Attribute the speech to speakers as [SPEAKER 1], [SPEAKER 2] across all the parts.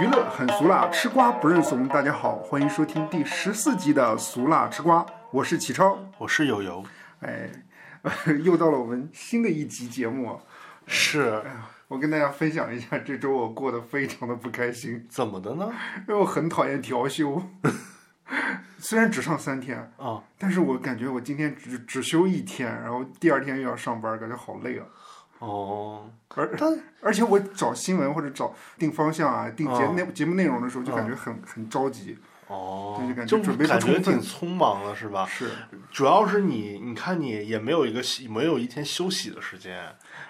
[SPEAKER 1] 娱乐很俗辣，吃瓜不认怂。大家好，欢迎收听第十四集的《俗辣吃瓜》，我是启超。
[SPEAKER 2] 我是友友，
[SPEAKER 1] 哎， 又到了我们新的一集节目，啊
[SPEAKER 2] 是
[SPEAKER 1] 我跟大家分享一下，这周我过得非常的不开心，
[SPEAKER 2] 怎么的呢？
[SPEAKER 1] 因为我很讨厌调休。 虽然只上三天，
[SPEAKER 2] 啊，
[SPEAKER 1] 但是我感觉我今天只只休一天，然后第二天又要上班，感觉好累啊。
[SPEAKER 2] 哦，
[SPEAKER 1] 而
[SPEAKER 2] 但
[SPEAKER 1] 而且我找新闻或者找定方向啊、定节
[SPEAKER 2] 哦
[SPEAKER 1] 内、节目内容的时候，就
[SPEAKER 2] 哦
[SPEAKER 1] 感觉很、很着急。
[SPEAKER 2] 哦
[SPEAKER 1] 对就感，觉
[SPEAKER 2] 就
[SPEAKER 1] 准备不
[SPEAKER 2] 感觉
[SPEAKER 1] 充分
[SPEAKER 2] 挺匆忙的是吧？
[SPEAKER 1] 是，
[SPEAKER 2] 主要是你，你看你也没有一个休没有一天休息的时间，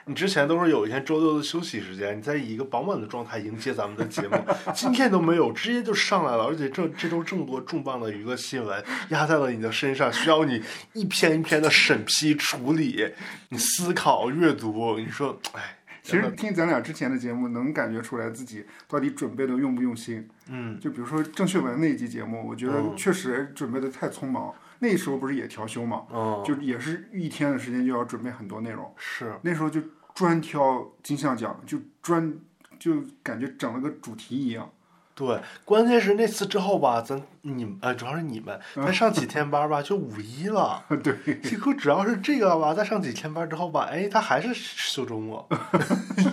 [SPEAKER 2] 你之前都是有一天周六的休息时间，你在以一个饱满的状态迎接咱们的节目， 今天都没有，直接就上来了，而且这这周这么多重磅的娱乐新闻压在了你的身上，需要你一篇一篇的审批处理，你思考阅读，你说，哎，
[SPEAKER 1] 其实
[SPEAKER 2] 真的
[SPEAKER 1] 听咱俩之前的节目，能感觉出来自己到底准备的用不用心。
[SPEAKER 2] 嗯，
[SPEAKER 1] 就比如说郑秀文那一期节目，我觉得
[SPEAKER 2] 嗯
[SPEAKER 1] 确实准备的太匆忙。那时候不是也调休嘛，
[SPEAKER 2] 嗯，
[SPEAKER 1] 就也是一天的时间就要准备很多内容。
[SPEAKER 2] 是。
[SPEAKER 1] 那时候就专挑金像奖，就专就感觉整了个主题一样。
[SPEAKER 2] 对，关键是那次之后吧，咱你们呃，主要是你们，再上几天班吧，就五一了。
[SPEAKER 1] 嗯 对，
[SPEAKER 2] 结果只要是这个吧，再上几天班之后吧，哎，他还是休 周末，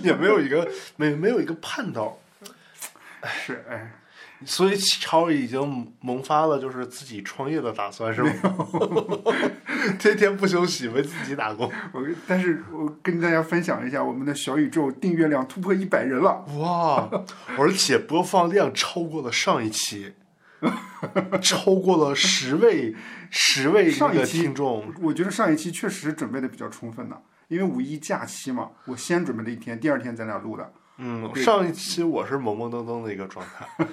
[SPEAKER 2] 也没有一个没没有一个盼头，
[SPEAKER 1] 是哎，
[SPEAKER 2] 所以启超已经萌发了就是自己创业的打算，是吗？ 天天不休息，为自己打工。
[SPEAKER 1] 我但是我跟大家分享一下，我们的小宇宙订阅量突破一百人了。
[SPEAKER 2] 哇，而且播放量超过了上 一期，超过了十位十位那
[SPEAKER 1] 上一
[SPEAKER 2] 个
[SPEAKER 1] 期
[SPEAKER 2] 听众，
[SPEAKER 1] 我觉得上一期确实准备的比较充分呢，因为五一假期嘛，我先准备了一天，第二天咱俩录的。
[SPEAKER 2] 嗯，
[SPEAKER 1] 对
[SPEAKER 2] 上一期我是懵懵懂懂的一个状态，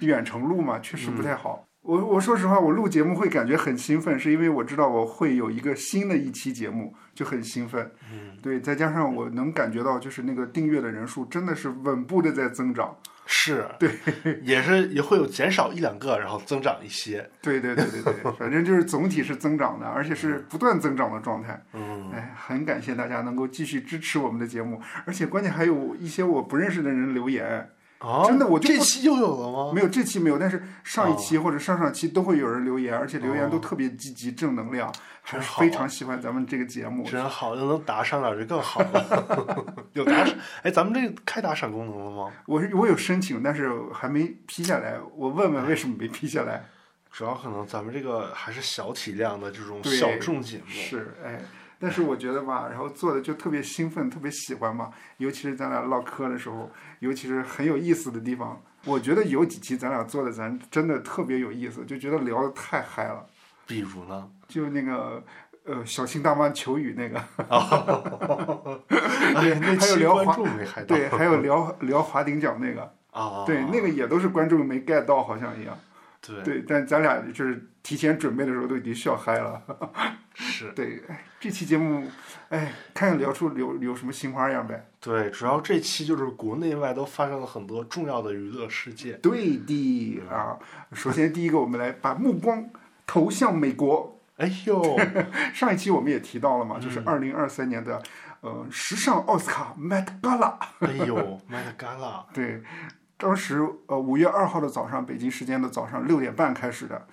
[SPEAKER 1] 远程录嘛，确实
[SPEAKER 2] 嗯
[SPEAKER 1] 不太好。我我说实话，我录节目会感觉很兴奋，是因为我知道我会有一个新的一期节目，就很兴奋。
[SPEAKER 2] 嗯，
[SPEAKER 1] 对，再加上我能感觉到，就是那个订阅的人数真的是稳步的在增长。
[SPEAKER 2] 是对， 也是也会有减少一两个，然后增长一些，
[SPEAKER 1] 对对对对对，反正就是总体是增长的，而且是不断增长的状态。
[SPEAKER 2] 嗯，
[SPEAKER 1] 哎，很感谢大家能够继续支持我们的节目，而且关键还有一些我不认识的人留言。
[SPEAKER 2] 啊，
[SPEAKER 1] 真的我就
[SPEAKER 2] 这期又有了吗？
[SPEAKER 1] 没有这期没有，但是上一
[SPEAKER 2] 哦
[SPEAKER 1] 期或者上上期都会有人留言，而且留言都特别积极正能量，还
[SPEAKER 2] 真
[SPEAKER 1] 是
[SPEAKER 2] 好
[SPEAKER 1] 非常喜欢咱们这个节目。
[SPEAKER 2] 真好，要能打赏点就更好了。 有打赏，哎，咱们这个开打赏功能了吗？
[SPEAKER 1] 我是我有申请，但是还没批下来，我问
[SPEAKER 2] 哎
[SPEAKER 1] 问为什么没批下来。
[SPEAKER 2] 主要可能咱们这个还是小体量的这种
[SPEAKER 1] 对
[SPEAKER 2] 小众节目，
[SPEAKER 1] 是，哎，但是我觉得
[SPEAKER 2] 哎
[SPEAKER 1] 吧，然后做的就特别兴奋，特别喜欢嘛，尤其是咱俩唠嗑的时候，尤其是很有意思的地方。我觉得有几期咱俩做的，咱真的特别有意思，就觉得聊的太嗨了，
[SPEAKER 2] 比如 呢，
[SPEAKER 1] 就那个。呃，小青大妈求雨那个，
[SPEAKER 2] 哎，那
[SPEAKER 1] 还有
[SPEAKER 2] 期
[SPEAKER 1] 聊
[SPEAKER 2] 观
[SPEAKER 1] 华
[SPEAKER 2] 众没嗨到，
[SPEAKER 1] 对，还有聊聊华顶奖那个，
[SPEAKER 2] 啊，
[SPEAKER 1] 对，那个也都是观众没 get 到，好像一样。
[SPEAKER 2] 对
[SPEAKER 1] 对，但咱俩就是提前准备的时候都已经笑嗨了。
[SPEAKER 2] 是。
[SPEAKER 1] 对，哎这期节目，哎，看看聊出有有什么新花样呗。
[SPEAKER 2] 对，主要这期就是国内外都发生了很多重要的娱乐事件。
[SPEAKER 1] 对的啊，首先第一个，我们来把目光投向美国。
[SPEAKER 2] 哎呦，
[SPEAKER 1] 上一期我们也提到了嘛，就是二零二三年的呃时尚奥斯卡 Met Gala。
[SPEAKER 2] 哎呦，妈的嘎啦！
[SPEAKER 1] 对，当时呃五月二号的早上，北京时间的早上六点半开始的。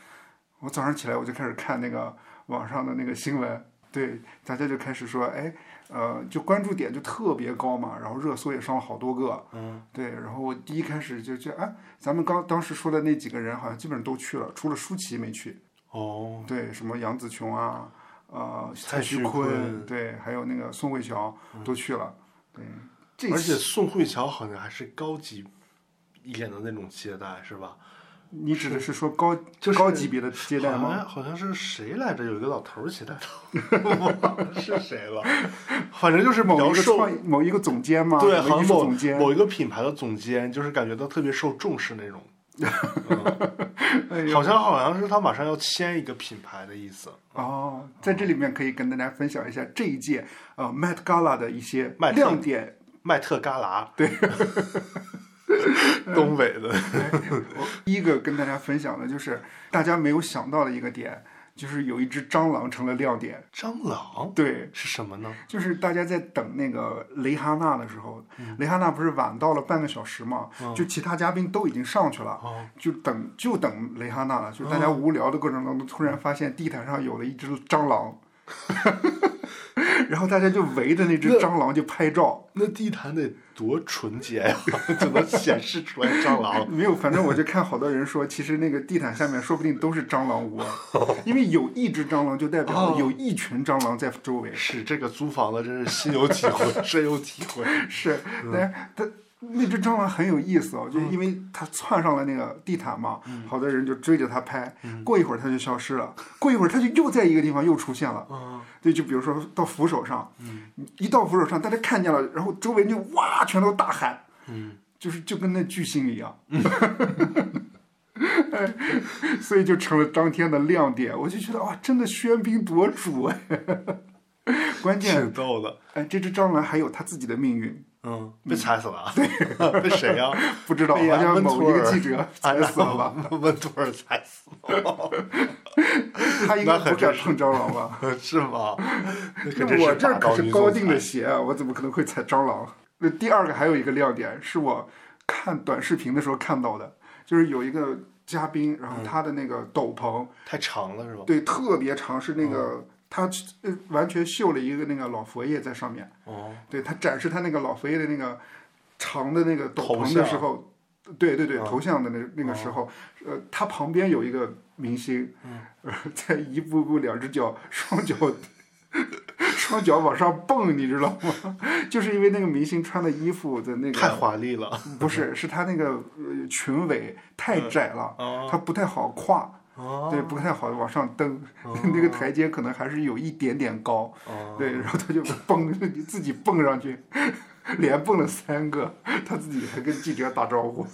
[SPEAKER 1] 我早上起来我就开始看那个网上的那个新闻，对，大家就开始说，哎，呃，就关注点就特别高嘛，然后热搜也上了好多个，
[SPEAKER 2] 嗯，
[SPEAKER 1] 对，然后我第一开始就觉得，哎，咱们刚当时说的那几个人好像基本上都去了，除了舒淇没去，
[SPEAKER 2] 哦，
[SPEAKER 1] 对，什么杨紫琼啊，呃，
[SPEAKER 2] 蔡
[SPEAKER 1] 徐
[SPEAKER 2] 徐
[SPEAKER 1] 坤，
[SPEAKER 2] 坤嗯
[SPEAKER 1] 对，还有那个宋慧乔都去了，对，这
[SPEAKER 2] 而且宋慧乔好像还是高级一点的那种接待，是吧？
[SPEAKER 1] 你指的是说高
[SPEAKER 2] 就是
[SPEAKER 1] 高级别的接待
[SPEAKER 2] 好
[SPEAKER 1] 吗？
[SPEAKER 2] 像好像是谁来着？有一个老头儿接待的， 是谁了？反正就是比
[SPEAKER 1] 某
[SPEAKER 2] 较
[SPEAKER 1] 一个
[SPEAKER 2] 受
[SPEAKER 1] 创意某一个总监吗？
[SPEAKER 2] 对，
[SPEAKER 1] 什
[SPEAKER 2] 好
[SPEAKER 1] 么
[SPEAKER 2] 像
[SPEAKER 1] 艺术
[SPEAKER 2] 某
[SPEAKER 1] 总监。
[SPEAKER 2] 某一个品牌的总监，就是感觉到特别受重视 那种。嗯
[SPEAKER 1] 哎
[SPEAKER 2] 好像好像是他马上要签一个品牌的意思。
[SPEAKER 1] 哦，在这里面可以跟大家分享一下这一届呃 Met Gala 的一些
[SPEAKER 2] 麦特
[SPEAKER 1] 亮点。
[SPEAKER 2] 麦特嘎啦，对， 东北的，
[SPEAKER 1] 我第一个跟大家分享的就是大家没有想到的一个点，就是有一只蟑螂成了亮点。
[SPEAKER 2] 蟑螂
[SPEAKER 1] 对，
[SPEAKER 2] 是什么呢？
[SPEAKER 1] 就是大家在等那个雷哈娜的时候，雷哈娜不是晚到了半个小时嘛，就其他嘉宾都已经上去了，
[SPEAKER 2] 哦
[SPEAKER 1] 就等就等雷哈娜了。就大家无聊的过程当中，突然发现地毯上有了一只蟑螂，然后大家就围着那只蟑螂就拍照。
[SPEAKER 2] 那地毯得多纯洁呀、 就能显示出来蟑螂。
[SPEAKER 1] 没有，反正我就看好多人说，其实那个地毯下面说不定都是蟑螂窝，因为有一只蟑螂就代表了有一群蟑螂在周 围。
[SPEAKER 2] 是这个租房的，真是心有体会， 深有体会。
[SPEAKER 1] 是，但它那只蟑螂很有意思哦，就是因为它窜上了那个地毯嘛，好多人就追着它拍，过一会儿它就消失了，过一会儿它就又在一个地方又出现了，
[SPEAKER 2] 嗯，
[SPEAKER 1] 对，就比如说到扶手上，一到扶手上，大家看见了，然后周围就哇，全都大喊，
[SPEAKER 2] 嗯，
[SPEAKER 1] 就是就跟那巨星一样。哎 所以就成了当天的亮点，我就觉得哇，真的喧宾夺主哎！ 关键
[SPEAKER 2] 挺逗的。
[SPEAKER 1] 哎，这只蟑螂还有它自己的命运，
[SPEAKER 2] 嗯，被踩死了啊？被谁啊 哎呀、
[SPEAKER 1] 不知道，好
[SPEAKER 2] 被安
[SPEAKER 1] 像
[SPEAKER 2] 温
[SPEAKER 1] 某一
[SPEAKER 2] 图
[SPEAKER 1] 个
[SPEAKER 2] 尔
[SPEAKER 1] 记 者
[SPEAKER 2] 哎
[SPEAKER 1] 踩死了 吧？？
[SPEAKER 2] 温图尔踩死
[SPEAKER 1] 他应该
[SPEAKER 2] 那很
[SPEAKER 1] 不敢
[SPEAKER 2] 真实
[SPEAKER 1] 碰蟑螂吧？
[SPEAKER 2] 了， 是吗？那可
[SPEAKER 1] 那
[SPEAKER 2] 真
[SPEAKER 1] 我
[SPEAKER 2] 大
[SPEAKER 1] 这可是
[SPEAKER 2] 女
[SPEAKER 1] 高
[SPEAKER 2] 总
[SPEAKER 1] 定的
[SPEAKER 2] 裁
[SPEAKER 1] 鞋啊，我怎么可能会踩蟑螂？那第二个还有一个亮点是我看短视频的时候看到的，就是有一个嘉宾，然
[SPEAKER 2] 嗯
[SPEAKER 1] 后他的那个斗篷，
[SPEAKER 2] 太长了是吧？哦
[SPEAKER 1] 对，特别长，是那个他呃完全绣了一个那个老佛爷在上面，
[SPEAKER 2] 哦，
[SPEAKER 1] 对他展示他那个老佛爷的那个长的那个斗
[SPEAKER 2] 头
[SPEAKER 1] 篷的
[SPEAKER 2] 像
[SPEAKER 1] 时候。对对对，
[SPEAKER 2] 嗯
[SPEAKER 1] 头像的那那个时候，呃，他旁边有一个明星，
[SPEAKER 2] 嗯
[SPEAKER 1] 呃，在一步步两只脚双脚双脚往上蹦，你知道吗？ 就是因为那个明星穿的衣服的那
[SPEAKER 2] 太
[SPEAKER 1] 个啊
[SPEAKER 2] 华丽了。
[SPEAKER 1] 不是，是他那个呃裙尾太窄了，
[SPEAKER 2] 哦
[SPEAKER 1] 他不太好跨，
[SPEAKER 2] 哦
[SPEAKER 1] 对，不太好往上蹬， 那个台阶可能还是有一点点高，
[SPEAKER 2] 哦，
[SPEAKER 1] 对，然后他就蹦， 你自己蹦上去，连蹦了三个，他自己还跟记者打招呼。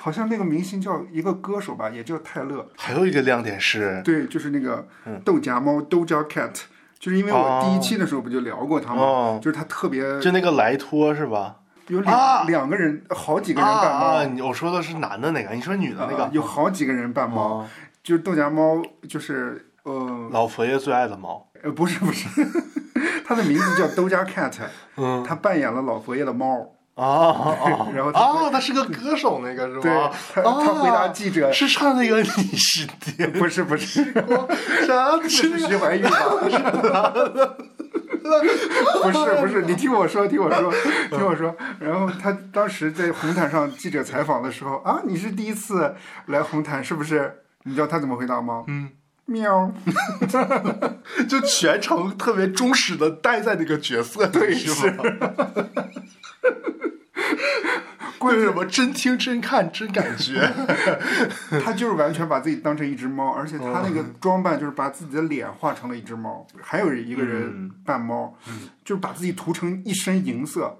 [SPEAKER 1] 好像那个明星叫一个歌手吧，也叫泰勒，
[SPEAKER 2] 还有一个亮点是，
[SPEAKER 1] 对，就是那个
[SPEAKER 2] 嗯
[SPEAKER 1] 豆荚猫 Doja Cat，就是因为我第一期的时候不就聊过他吗？
[SPEAKER 2] 哦，
[SPEAKER 1] 就是他特别
[SPEAKER 2] 就那个莱托是吧？
[SPEAKER 1] 有两、
[SPEAKER 2] 啊
[SPEAKER 1] 两个人，好几个人扮猫，
[SPEAKER 2] 啊，你我说的是男的那个，你说女的那
[SPEAKER 1] 啊
[SPEAKER 2] 个
[SPEAKER 1] 有啊好几个人扮猫，
[SPEAKER 2] 哦
[SPEAKER 1] 就是豆荚猫，就是呃
[SPEAKER 2] 老佛爷最爱的猫。
[SPEAKER 1] 呃不是不是， 他的名字叫 Doja Cat，
[SPEAKER 2] 嗯
[SPEAKER 1] 他扮演了老佛爷的猫。
[SPEAKER 2] 啊 啊，
[SPEAKER 1] 然后他
[SPEAKER 2] 啊，他是个歌手那个是
[SPEAKER 1] 对
[SPEAKER 2] 吧？
[SPEAKER 1] 他，他回答记者，
[SPEAKER 2] 哦是唱那个你是爹
[SPEAKER 1] 不是不是，
[SPEAKER 2] 光，啥
[SPEAKER 1] 是
[SPEAKER 2] 是啊
[SPEAKER 1] 徐怀钰 吧？不是不是，你听我说，听我说，
[SPEAKER 2] 嗯
[SPEAKER 1] 听我说。然后他当时在红毯上记者采访的时候啊，你是第一次来红毯是不是？你知道他怎么回答吗？嗯，喵。
[SPEAKER 2] 就全程特别忠实的待在那个角色里，
[SPEAKER 1] 对
[SPEAKER 2] 是吗？ 为什么真听真看真感 觉？
[SPEAKER 1] 他就是完全把自己当成一只
[SPEAKER 2] 哦
[SPEAKER 1] 猫，而且他那个装扮就是把自己的脸画成了一只猫。还有一个人
[SPEAKER 2] 嗯
[SPEAKER 1] 扮猫，就是把自己涂成一身银色，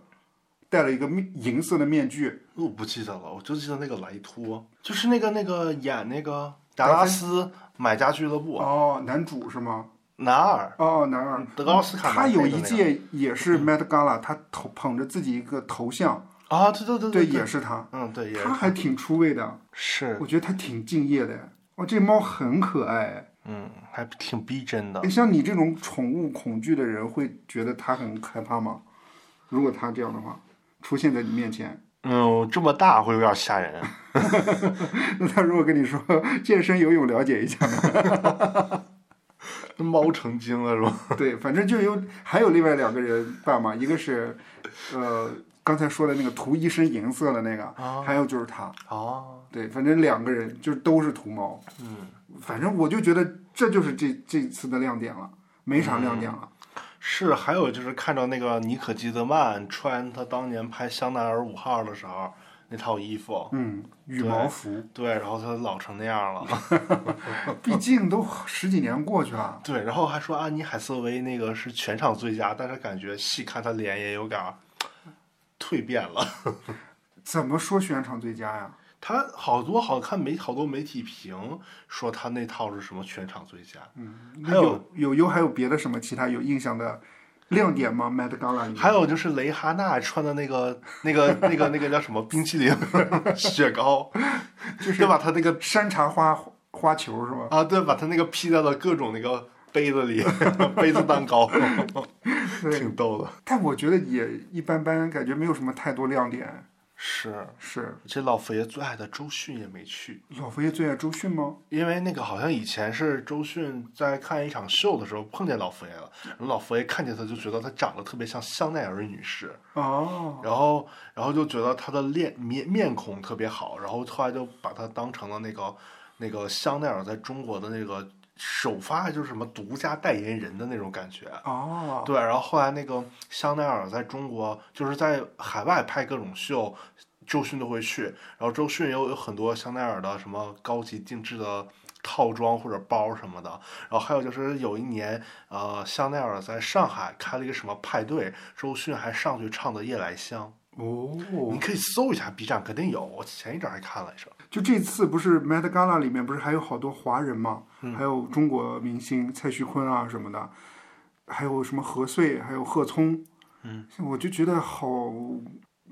[SPEAKER 1] 戴了一个面银色的面具。
[SPEAKER 2] 我不记得了，我就记得那个莱托，就是那个那个演那个达拉斯买家俱乐部
[SPEAKER 1] 哦，男主是吗？
[SPEAKER 2] 男二
[SPEAKER 1] 哦，男二。
[SPEAKER 2] 得奥斯卡
[SPEAKER 1] 他
[SPEAKER 2] 男配的
[SPEAKER 1] 有
[SPEAKER 2] 那个，
[SPEAKER 1] 一届也是 Met Gala，他头捧着自己一个头像，
[SPEAKER 2] 啊，对对对
[SPEAKER 1] 对，
[SPEAKER 2] 对
[SPEAKER 1] 也，是他，
[SPEAKER 2] 嗯对也
[SPEAKER 1] 他还挺出位的，
[SPEAKER 2] 是
[SPEAKER 1] 我觉得他挺敬业的。哦，这猫很可爱。啊
[SPEAKER 2] 嗯还挺逼真的
[SPEAKER 1] 哎，。像你这种宠物恐惧的人，会觉得它很害怕吗？如果它这样的话，出现在你面前，
[SPEAKER 2] 嗯，这么大会有点吓人。
[SPEAKER 1] 那它如果跟你说健身、游泳了解一下 呢，
[SPEAKER 2] 那 猫成精了是 吧？
[SPEAKER 1] 对，反正就有还有另外两个人扮嘛，一个是，呃，刚才说的那个涂一身银色的那个，
[SPEAKER 2] 啊
[SPEAKER 1] 还有就是他。
[SPEAKER 2] 啊，
[SPEAKER 1] 对，反正两个人就是都是图猫，
[SPEAKER 2] 嗯，
[SPEAKER 1] 反正我就觉得这就是这这次的亮点了，没啥亮点了。
[SPEAKER 2] 是，还有就是看到那个妮可基德曼穿她当年拍《香奈儿五号》的时候那套衣服，
[SPEAKER 1] 嗯，羽毛服，
[SPEAKER 2] 对，然后她老成那样了，
[SPEAKER 1] 毕竟都十几年过去了，
[SPEAKER 2] 对，然后还说安妮海瑟薇那个是全场最佳，但是感觉细看她脸也有点儿蜕变了。
[SPEAKER 1] 怎么说全场最佳呀？
[SPEAKER 2] 她好多好看媒好多媒体评说她那套是什么全场最佳，还
[SPEAKER 1] 那
[SPEAKER 2] 有
[SPEAKER 1] 有有有还有别的什么其他有印象的亮点吗？Met Gala 里面
[SPEAKER 2] 还有就是蕾哈娜穿的那个 那个那个那个叫什么冰淇淋 雪糕，
[SPEAKER 1] 就是
[SPEAKER 2] 对吧？她那个
[SPEAKER 1] 山茶花花球是吧？
[SPEAKER 2] 啊，对，把它那个披在了各种那个杯子里， 杯子蛋糕，
[SPEAKER 1] 对，
[SPEAKER 2] 挺逗的。
[SPEAKER 1] 但我觉得也一般般，感觉没有什么太多亮点。
[SPEAKER 2] 是，
[SPEAKER 1] 是
[SPEAKER 2] 这老佛爷最爱的周迅也没去，
[SPEAKER 1] 老佛爷最爱周迅吗？
[SPEAKER 2] 因为那个好像以前是周迅在看一场秀的时候碰见老佛爷了，然后老佛爷看见她就觉得她长得特别像香奈儿女士，
[SPEAKER 1] 哦，
[SPEAKER 2] 然后然后就觉得她的脸面面孔特别好，然后后来就把她当成了那个那个香奈儿在中国的那个首发就是什么独家代言人的那种感觉。
[SPEAKER 1] 哦，
[SPEAKER 2] 对，然后后来那个香奈儿在中国就是在海外拍各种秀，周迅都会去，然后周迅也有有很多香奈儿的什么高级定制的。套装或者包什么的，然后还有就是有一年，呃，香奈儿在上海开了一个什么派对，周迅还上去唱的《夜来香》，
[SPEAKER 1] 哦
[SPEAKER 2] 你，可以搜一下 B 站，肯定有。我前一阵儿还看了一声。
[SPEAKER 1] 就这次不是 Met Gala 里面不是还有好多华人嘛，
[SPEAKER 2] 嗯
[SPEAKER 1] 还有中国明星蔡徐坤啊什么的，还有什么何穗，还有贺聪，
[SPEAKER 2] 嗯，
[SPEAKER 1] 我就觉得好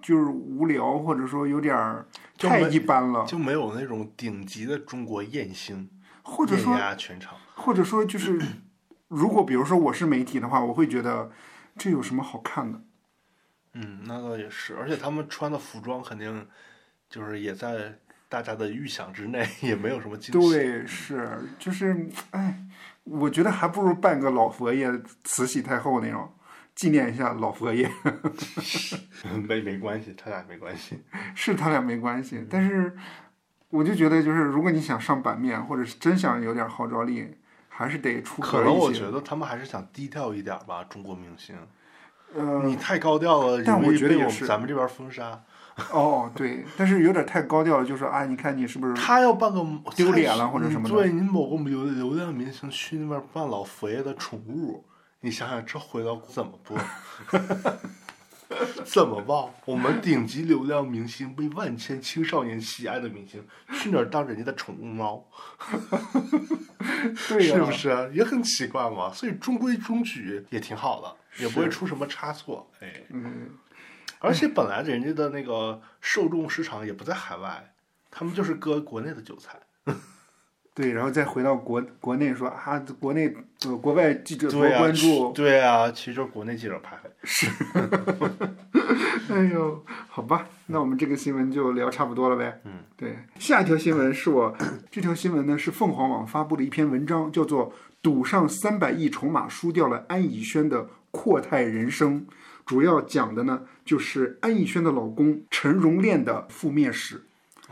[SPEAKER 1] 就是无聊，或者说有点儿
[SPEAKER 2] 就
[SPEAKER 1] 太
[SPEAKER 2] 没
[SPEAKER 1] 一般了，
[SPEAKER 2] 就没有那种顶级的中国艳星
[SPEAKER 1] 或者
[SPEAKER 2] 艳
[SPEAKER 1] 说
[SPEAKER 2] 压全场。
[SPEAKER 1] 或者说就是，如果比如说我是媒体的话，我会觉得这有什么好看的？
[SPEAKER 2] 嗯，那倒也是，而且他们穿的服装肯定就是也在大家的预想之内，也没有什么惊喜。
[SPEAKER 1] 对，是就是哎，我觉得还不如办个老佛爷、慈禧太后那种，纪念一下老佛爷。
[SPEAKER 2] 没没关系，他俩没关系。
[SPEAKER 1] 是他俩没关系，
[SPEAKER 2] 嗯
[SPEAKER 1] 但是我就觉得，就是如果你想上版面，或者是真想有点号召力，还是得出
[SPEAKER 2] 可
[SPEAKER 1] 格
[SPEAKER 2] 能
[SPEAKER 1] 一
[SPEAKER 2] 我
[SPEAKER 1] 些。
[SPEAKER 2] 觉得他们还是想低调一点吧，中国明星。
[SPEAKER 1] 呃，
[SPEAKER 2] 你太高调了，
[SPEAKER 1] 但
[SPEAKER 2] 容
[SPEAKER 1] 我
[SPEAKER 2] 易
[SPEAKER 1] 觉得
[SPEAKER 2] 被
[SPEAKER 1] 也
[SPEAKER 2] 嗯我
[SPEAKER 1] 是
[SPEAKER 2] 们咱们这边封杀。
[SPEAKER 1] 哦，对，但是有点太高调了，就说啊，你看你是不是？
[SPEAKER 2] 他要办个嗯
[SPEAKER 1] 丢脸了或者什么的
[SPEAKER 2] 对你某个流流量明星去那边办老佛爷的宠物，你想想这回到怎么播？ 怎么报？我们顶级流量明星，被万千青少年喜爱的明星，去哪儿当人家的宠物猫？
[SPEAKER 1] 对呀、
[SPEAKER 2] 是不是也很奇怪嘛？所以中规中矩也挺好的，也不会
[SPEAKER 1] 是
[SPEAKER 2] 出什么差错。哎，
[SPEAKER 1] 嗯，
[SPEAKER 2] 而且本来人家的那个受众市场也不在海外，他们就是割国内的韭菜。
[SPEAKER 1] 对，然后再回到国国内说啊，国内呃国外记者多
[SPEAKER 2] 对啊，
[SPEAKER 1] 关
[SPEAKER 2] 其
[SPEAKER 1] 注，
[SPEAKER 2] 对啊，其实就是国内记者拍。
[SPEAKER 1] 哎呦，好吧，那我们这个新闻就聊差不多了呗。
[SPEAKER 2] 嗯，
[SPEAKER 1] 对，下一条新闻是我这条新闻呢是凤凰网发布的一篇文章，叫做《赌上三百亿筹码输掉了安以轩的阔太人生》，主要讲的呢就是安以轩的老公陈荣炼的负面史。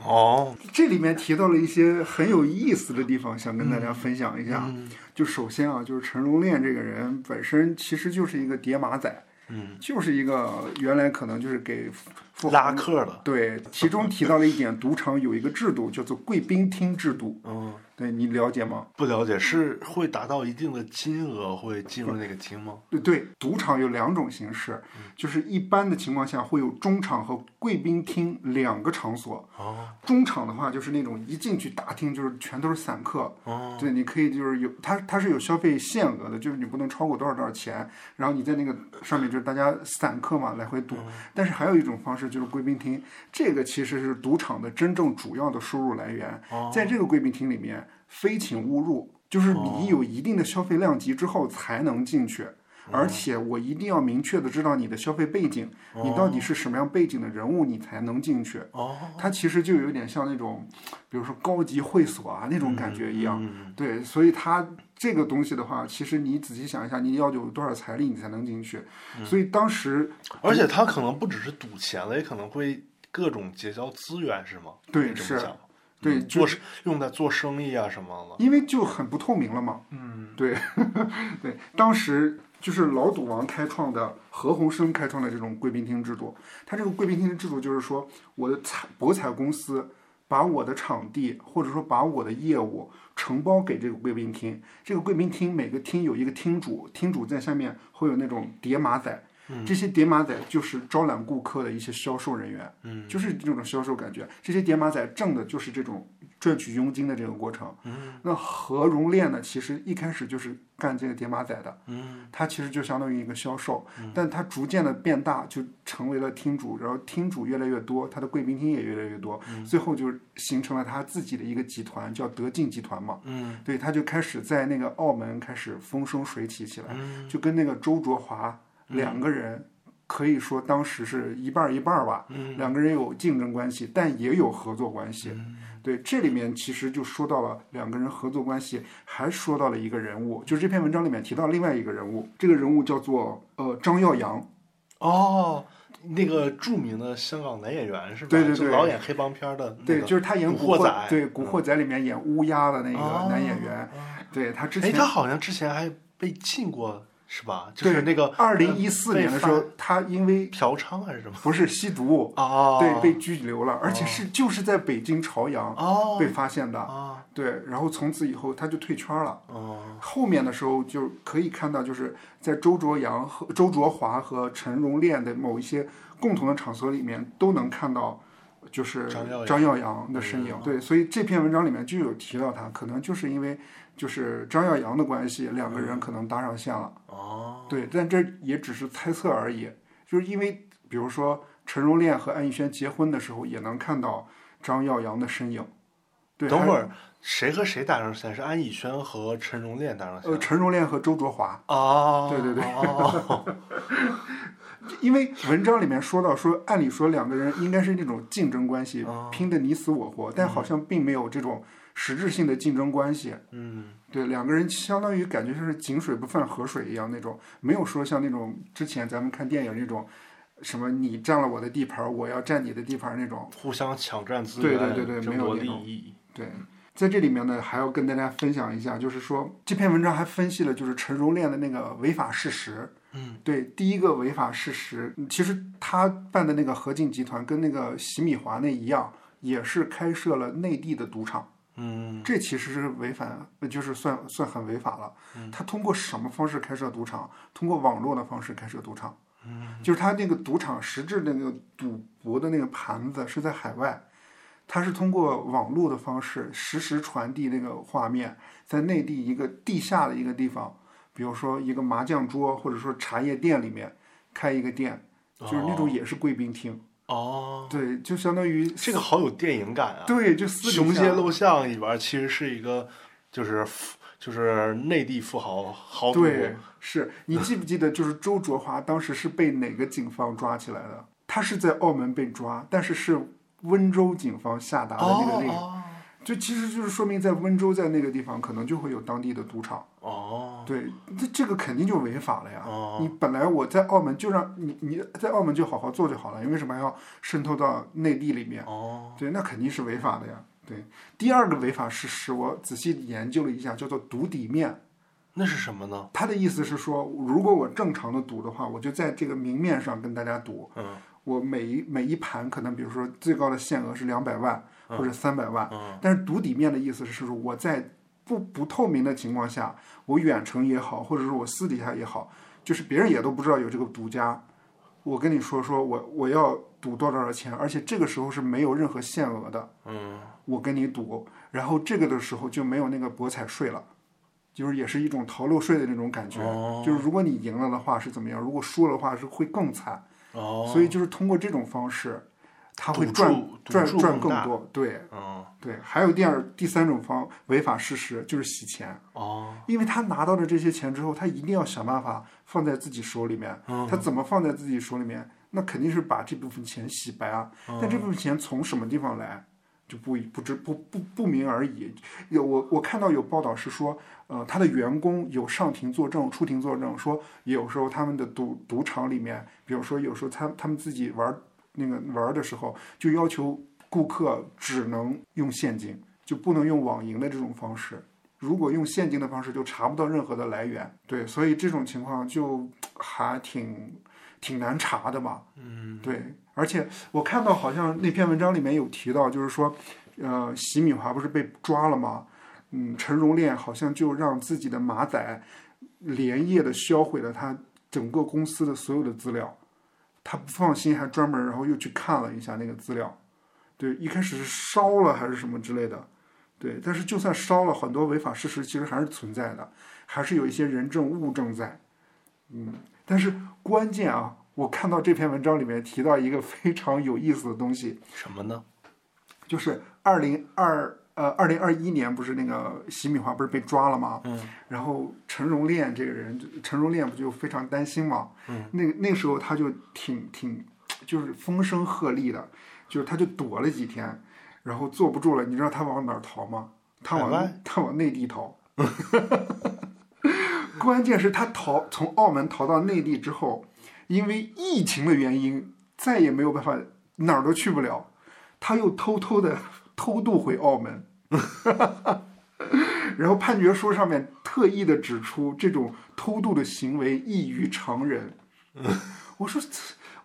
[SPEAKER 2] 哦，
[SPEAKER 1] 这里面提到了一些很有意思的地方，想跟大家分享一下。就首先啊，就是陈荣炼这个人本身其实就是一个叠马仔，
[SPEAKER 2] 嗯，
[SPEAKER 1] 就是一个原来可能就是给富
[SPEAKER 2] 拉
[SPEAKER 1] 豪
[SPEAKER 2] 客的，
[SPEAKER 1] 对，其中提到了一点，赌场有一个制度叫做贵宾厅制度，
[SPEAKER 2] 嗯，
[SPEAKER 1] 对你了解吗？
[SPEAKER 2] 不了解是会达到一定的金额会进入那个厅吗？
[SPEAKER 1] 对对，赌场有两种形式，
[SPEAKER 2] 嗯
[SPEAKER 1] 就是一般的情况下会有中场和贵宾厅两个场所。
[SPEAKER 2] 哦
[SPEAKER 1] 中场的话就是那种一进去大厅就是全都是散客，
[SPEAKER 2] 哦，
[SPEAKER 1] 对，你可以就是有它它是有消费限额的，就是你不能超过多少多少钱，然后你在那个上面就是大家散客嘛来回赌。
[SPEAKER 2] 嗯
[SPEAKER 1] 但是还有一种方式就是贵宾厅，这个其实是赌场的真正主要的收入来源。
[SPEAKER 2] 哦
[SPEAKER 1] 在这个贵宾厅里面，非请勿入，就是
[SPEAKER 2] 哦
[SPEAKER 1] 你有一定的消费量级之后才能进去。而且我一定要明确的知道你的消费背景，你到底是什么样背景的人物，你才能进去。
[SPEAKER 2] 哦，
[SPEAKER 1] 它其实就有点像那种，比如说高级会所啊那种感觉一样。
[SPEAKER 2] 嗯，
[SPEAKER 1] 对，所以它这个东西的话，其实你仔细想一下，你要有多少财力你才能进去。
[SPEAKER 2] 嗯
[SPEAKER 1] 所以当时
[SPEAKER 2] 而且他可能不只是赌钱了，也可能会各种结交资源，是吗？
[SPEAKER 1] 对
[SPEAKER 2] 可以这么
[SPEAKER 1] 是
[SPEAKER 2] 讲吗
[SPEAKER 1] 对
[SPEAKER 2] 嗯
[SPEAKER 1] 就
[SPEAKER 2] 做生用在做生意啊什么的。
[SPEAKER 1] 因为就很不透明了嘛，
[SPEAKER 2] 嗯，
[SPEAKER 1] 对， 对，当时就是老赌王开创的，何鸿燊开创的这种贵宾厅制度。他这个贵宾厅制度就是说，我的彩博彩公司把我的场地或者说把我的业务承包给这个贵宾厅，这个贵宾厅每个厅有一个厅主，厅主在下面会有那种叠马仔。
[SPEAKER 2] 嗯
[SPEAKER 1] 这些叠马仔就是招揽顾客的一些销售人员，
[SPEAKER 2] 嗯
[SPEAKER 1] 就是这种销售感觉。这些叠马仔挣的就是这种赚取佣金的这个过程。那合融链呢，其实一开始就是干这个叠码仔的，它其实就相当于一个销售，但它逐渐的变大，就成为了厅主，然后厅主越来越多，它的贵宾厅也越来越多，最后就形成了它自己的一个集团，叫德进集团嘛。嗯，对，它就开始在那个澳门开始风生水起起来，就跟那个周卓华两个人。可以说当时是一半儿一半儿吧，两个人有竞争关系，但也有合作关系。对，这里面其实就说到了两个人合作关系，还说到了一个人物，就是这篇文章里面提到另外一个人物，这个人物叫做呃张耀扬，
[SPEAKER 2] 哦，那个著名的香港男演员是吧？
[SPEAKER 1] 对对
[SPEAKER 2] 就
[SPEAKER 1] 对
[SPEAKER 2] 老演黑帮片儿的、那
[SPEAKER 1] 对，
[SPEAKER 2] 个
[SPEAKER 1] 就是他演
[SPEAKER 2] 古
[SPEAKER 1] 古
[SPEAKER 2] 惑仔哦
[SPEAKER 1] 对《古惑仔》里面演乌鸦的那个男演员，对他之
[SPEAKER 2] 哎，
[SPEAKER 1] 前
[SPEAKER 2] 他好像之前还被禁过是吧？就
[SPEAKER 1] 对
[SPEAKER 2] 是那个
[SPEAKER 1] 二零一四
[SPEAKER 2] 呃被
[SPEAKER 1] 年的时候，他因为
[SPEAKER 2] 嫖娼还是什么？
[SPEAKER 1] 不是吸毒，
[SPEAKER 2] 哦，
[SPEAKER 1] 对，被拘留了，而且是就是在北京朝阳
[SPEAKER 2] 哦
[SPEAKER 1] 被发现的，
[SPEAKER 2] 哦
[SPEAKER 1] 对，然后从此以后他就退圈了。
[SPEAKER 2] 哦
[SPEAKER 1] 后面的时候就可以看到，就是在周卓阳和周卓华和陈荣炼的某一些共同的场所里面，都能看到就是
[SPEAKER 2] 张耀扬嗯
[SPEAKER 1] 张耀扬的身影。对，所以这篇文章里面就有提到他，可能就是因为就是张耀扬的关系，两个
[SPEAKER 2] 嗯
[SPEAKER 1] 人可能搭上线了。
[SPEAKER 2] 哦，
[SPEAKER 1] 对，但这也只是猜测而已，就是因为比如说陈荣炼和安以轩结婚的时候，也能看到张耀扬的身影。对，
[SPEAKER 2] 等
[SPEAKER 1] 还
[SPEAKER 2] 会儿谁和谁搭上线？是安以轩和陈荣炼搭上线
[SPEAKER 1] 呃，？陈荣炼和周卓华。
[SPEAKER 2] 哦，
[SPEAKER 1] 对对对
[SPEAKER 2] 哦，
[SPEAKER 1] 因为文章里面说到说，按理说两个人应该是那种竞争关系，
[SPEAKER 2] 哦
[SPEAKER 1] 拼得你死我活，但好像并没有这种实质性的竞争关系。
[SPEAKER 2] 嗯，
[SPEAKER 1] 对，两个人相当于感觉就是井水不犯河水一样那种，没有说像那种之前咱们看电影那种，什么你占了我的地盘儿，我要占你的地盘儿那种。
[SPEAKER 2] 互相抢占资
[SPEAKER 1] 对
[SPEAKER 2] 源，
[SPEAKER 1] 对对对没
[SPEAKER 2] 争
[SPEAKER 1] 有
[SPEAKER 2] 夺
[SPEAKER 1] 那
[SPEAKER 2] 利
[SPEAKER 1] 种
[SPEAKER 2] 益。
[SPEAKER 1] 对，在这里面呢，还要跟大家分享一下，就是说这篇文章还分析了就是陈荣炼的那个违法事实。嗯，对，第一个违法事实，嗯其实他办的那个和进集团跟那个洗米华那一样，也是开设了内地的赌场。
[SPEAKER 2] 嗯，
[SPEAKER 1] 这其实是违反，呃就是算算很违法了。
[SPEAKER 2] 嗯
[SPEAKER 1] 他通过什么方式开设赌场？通过网络的方式开设赌场。
[SPEAKER 2] 嗯
[SPEAKER 1] 就是他那个赌场实质那个赌博的那个盘子是在海外，他是通过网络的方式实时传递那个画面，在内地一个地下的一个地方，比如说一个麻将桌或者说茶叶店里面开一个店，就是那种也是贵宾厅，
[SPEAKER 2] 哦，
[SPEAKER 1] 对，就相当于
[SPEAKER 2] 这个好有电影感啊！
[SPEAKER 1] 对，就私
[SPEAKER 2] 《
[SPEAKER 1] 底
[SPEAKER 2] 雄
[SPEAKER 1] 下
[SPEAKER 2] 街录像》里边其实是一个，就是富就是内地富豪豪赌，
[SPEAKER 1] 对，是你记不记得，就是周卓华当时是被哪个警方抓起来的？他是在澳门被抓，但是是温州警方下达的那个令，
[SPEAKER 2] 哦
[SPEAKER 1] 就其实就是说明在温州在那个地方可能就会有当地的赌场。
[SPEAKER 2] 哦
[SPEAKER 1] 对，这这个肯定就违法了呀！
[SPEAKER 2] 哦
[SPEAKER 1] 你本来我在澳门就让你你在澳门就好好做就好了，你为什么要渗透到内地里面？
[SPEAKER 2] 哦
[SPEAKER 1] 对，那肯定是违法的呀。对，第二个违法事实我仔细研究了一下，叫做赌底面。
[SPEAKER 2] 那是什么呢？
[SPEAKER 1] 他的意思是说，如果我正常的赌的话，我就在这个明面上跟大家赌。
[SPEAKER 2] 嗯，
[SPEAKER 1] 我每一每一盘可能，比如说最高的限额是两百万或者三百万，但是赌底面的意思是说，我在不不透明的情况下，我远程也好，或者是我私底下也好，就是别人也都不知道有这个独家，我跟你说说我我要赌多少多少钱，而且这个时候是没有任何限额的。
[SPEAKER 2] 嗯，
[SPEAKER 1] 我跟你赌，然后这个的时候就没有那个博彩税了，就是也是一种逃漏税的那种感觉。
[SPEAKER 2] 哦
[SPEAKER 1] 就是如果你赢了的话是怎么样，如果输了的话是会更惨。
[SPEAKER 2] 哦，
[SPEAKER 1] 所以就是通过这种方式，他会
[SPEAKER 2] 赌
[SPEAKER 1] 赚
[SPEAKER 2] 注赌
[SPEAKER 1] 赚
[SPEAKER 2] 注
[SPEAKER 1] 赚
[SPEAKER 2] 更
[SPEAKER 1] 更
[SPEAKER 2] 大
[SPEAKER 1] 多。对
[SPEAKER 2] 嗯
[SPEAKER 1] 对，还有第二第三种方违法事实就是洗钱，
[SPEAKER 2] 哦
[SPEAKER 1] 因为他拿到了这些钱之后，他一定要想办法放在自己手里面。
[SPEAKER 2] 嗯
[SPEAKER 1] 他怎么放在自己手里面？那肯定是把这部分钱洗白啊。但这部分钱从什么地方来，就不不知不不不明而已。有我我看到有报道是说，呃，他的员工有上庭作证、出庭作证，说有时候他们的赌赌场里面，比如说有时候他他们自己玩儿那个玩儿的时候，就要求顾客只能用现金，就不能用网银的这种方式。如果用现金的方式，就查不到任何的来源。对，所以这种情况就还挺挺难查的吧。嗯，对。而且我看到好像那篇文章里面有提到，就是说，呃，洗米华不是被抓了吗？嗯，陈荣炼好像就让自己的马仔连夜的销毁了他整个公司的所有的资料。他不放心，还专门然后又去看了一下那个资料。对，一开始是烧了还是什么之类的。对，但是就算烧了，很多违法事实其实还是存在的，还是有一些人证物证在。嗯，但是关键啊，我看到这篇文章里面提到一个非常有意思的东西，
[SPEAKER 2] 什么呢？
[SPEAKER 1] 就是二零二呃二零二一年不是那个洗米华不是被抓了吗？
[SPEAKER 2] 嗯，
[SPEAKER 1] 然后陈荣炼这个人，就陈荣炼不就非常担心吗？
[SPEAKER 2] 嗯，
[SPEAKER 1] 那那时候他就挺挺就是风声鹤唳的，就是他就躲了几天，然后坐不住了，你知道他往哪儿逃吗？他
[SPEAKER 2] 海
[SPEAKER 1] 往
[SPEAKER 2] 外
[SPEAKER 1] 他往内地逃。 关键是他逃从澳门逃到内地之后，因为疫情的原因，再也没有办法哪儿都去不了，他又偷偷的偷渡回澳门。 然后判决书上面特意的指出，这种偷渡的行为异于常人。我说，这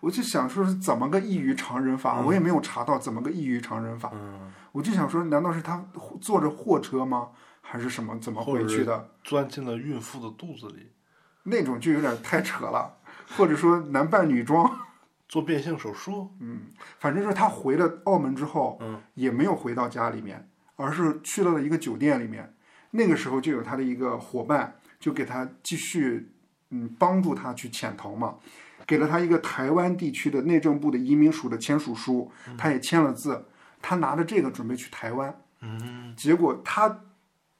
[SPEAKER 1] 我就想说是怎么个异于常人法，我也没有查到怎么个异于常人法。
[SPEAKER 2] 嗯，
[SPEAKER 1] 我就想说，难道是他坐着货车吗？还是什么？怎么回去的？
[SPEAKER 2] 钻进了孕妇的肚子里，
[SPEAKER 1] 那种就有点太扯了，或者说男扮女装，
[SPEAKER 2] 做变性手术，
[SPEAKER 1] 反正是他回了澳门之后，
[SPEAKER 2] 嗯
[SPEAKER 1] 也没有回到家里面，而是去到了一个酒店里面。那个时候就有他的一个伙伴，就给他继续嗯帮助他去潜逃嘛，给了他一个台湾地区的内政部的移民署的签署书，他也签了字。他拿着这个准备去台湾，
[SPEAKER 2] 嗯，
[SPEAKER 1] 结果他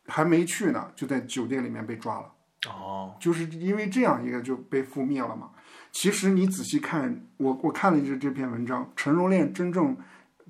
[SPEAKER 1] 还没去呢，就在酒店里面被抓了。
[SPEAKER 2] 哦，
[SPEAKER 1] 就是因为这样一个就被覆灭了嘛。其实你仔细看，我我看了这这篇文章，陈荣炼真正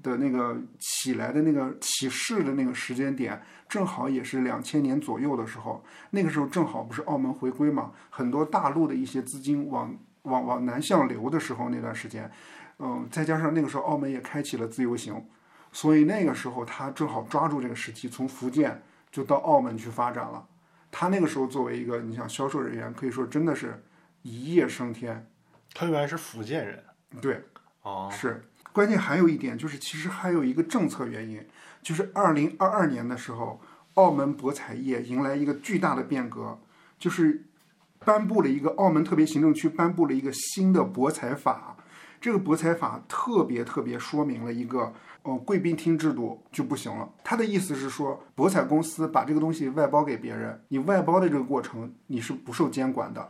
[SPEAKER 1] 的那个起来的那个起势的那个时间点，正好也是两千年左右的时候。那个时候正好不是澳门回归嘛，很多大陆的一些资金往往往南向流的时候，那段时间，嗯，再加上那个时候澳门也开启了自由行，所以那个时候他正好抓住这个时机，从福建就到澳门去发展了。他那个时候作为一个你想销售人员，可以说真的是一夜升天。
[SPEAKER 2] 他原来是福建人，啊
[SPEAKER 1] 对，
[SPEAKER 2] 哦，
[SPEAKER 1] 是。关键还有一点就是，其实还有一个政策原因，就是二零二二年的时候，澳门博彩业迎来一个巨大的变革，就是颁布了一个澳门特别行政区颁布了一个新的博彩法。这个博彩法特别特别说明了一个，呃，贵宾厅制度就不行了。他的意思是说，博彩公司把这个东西外包给别人，你外包的这个过程你是不受监管的。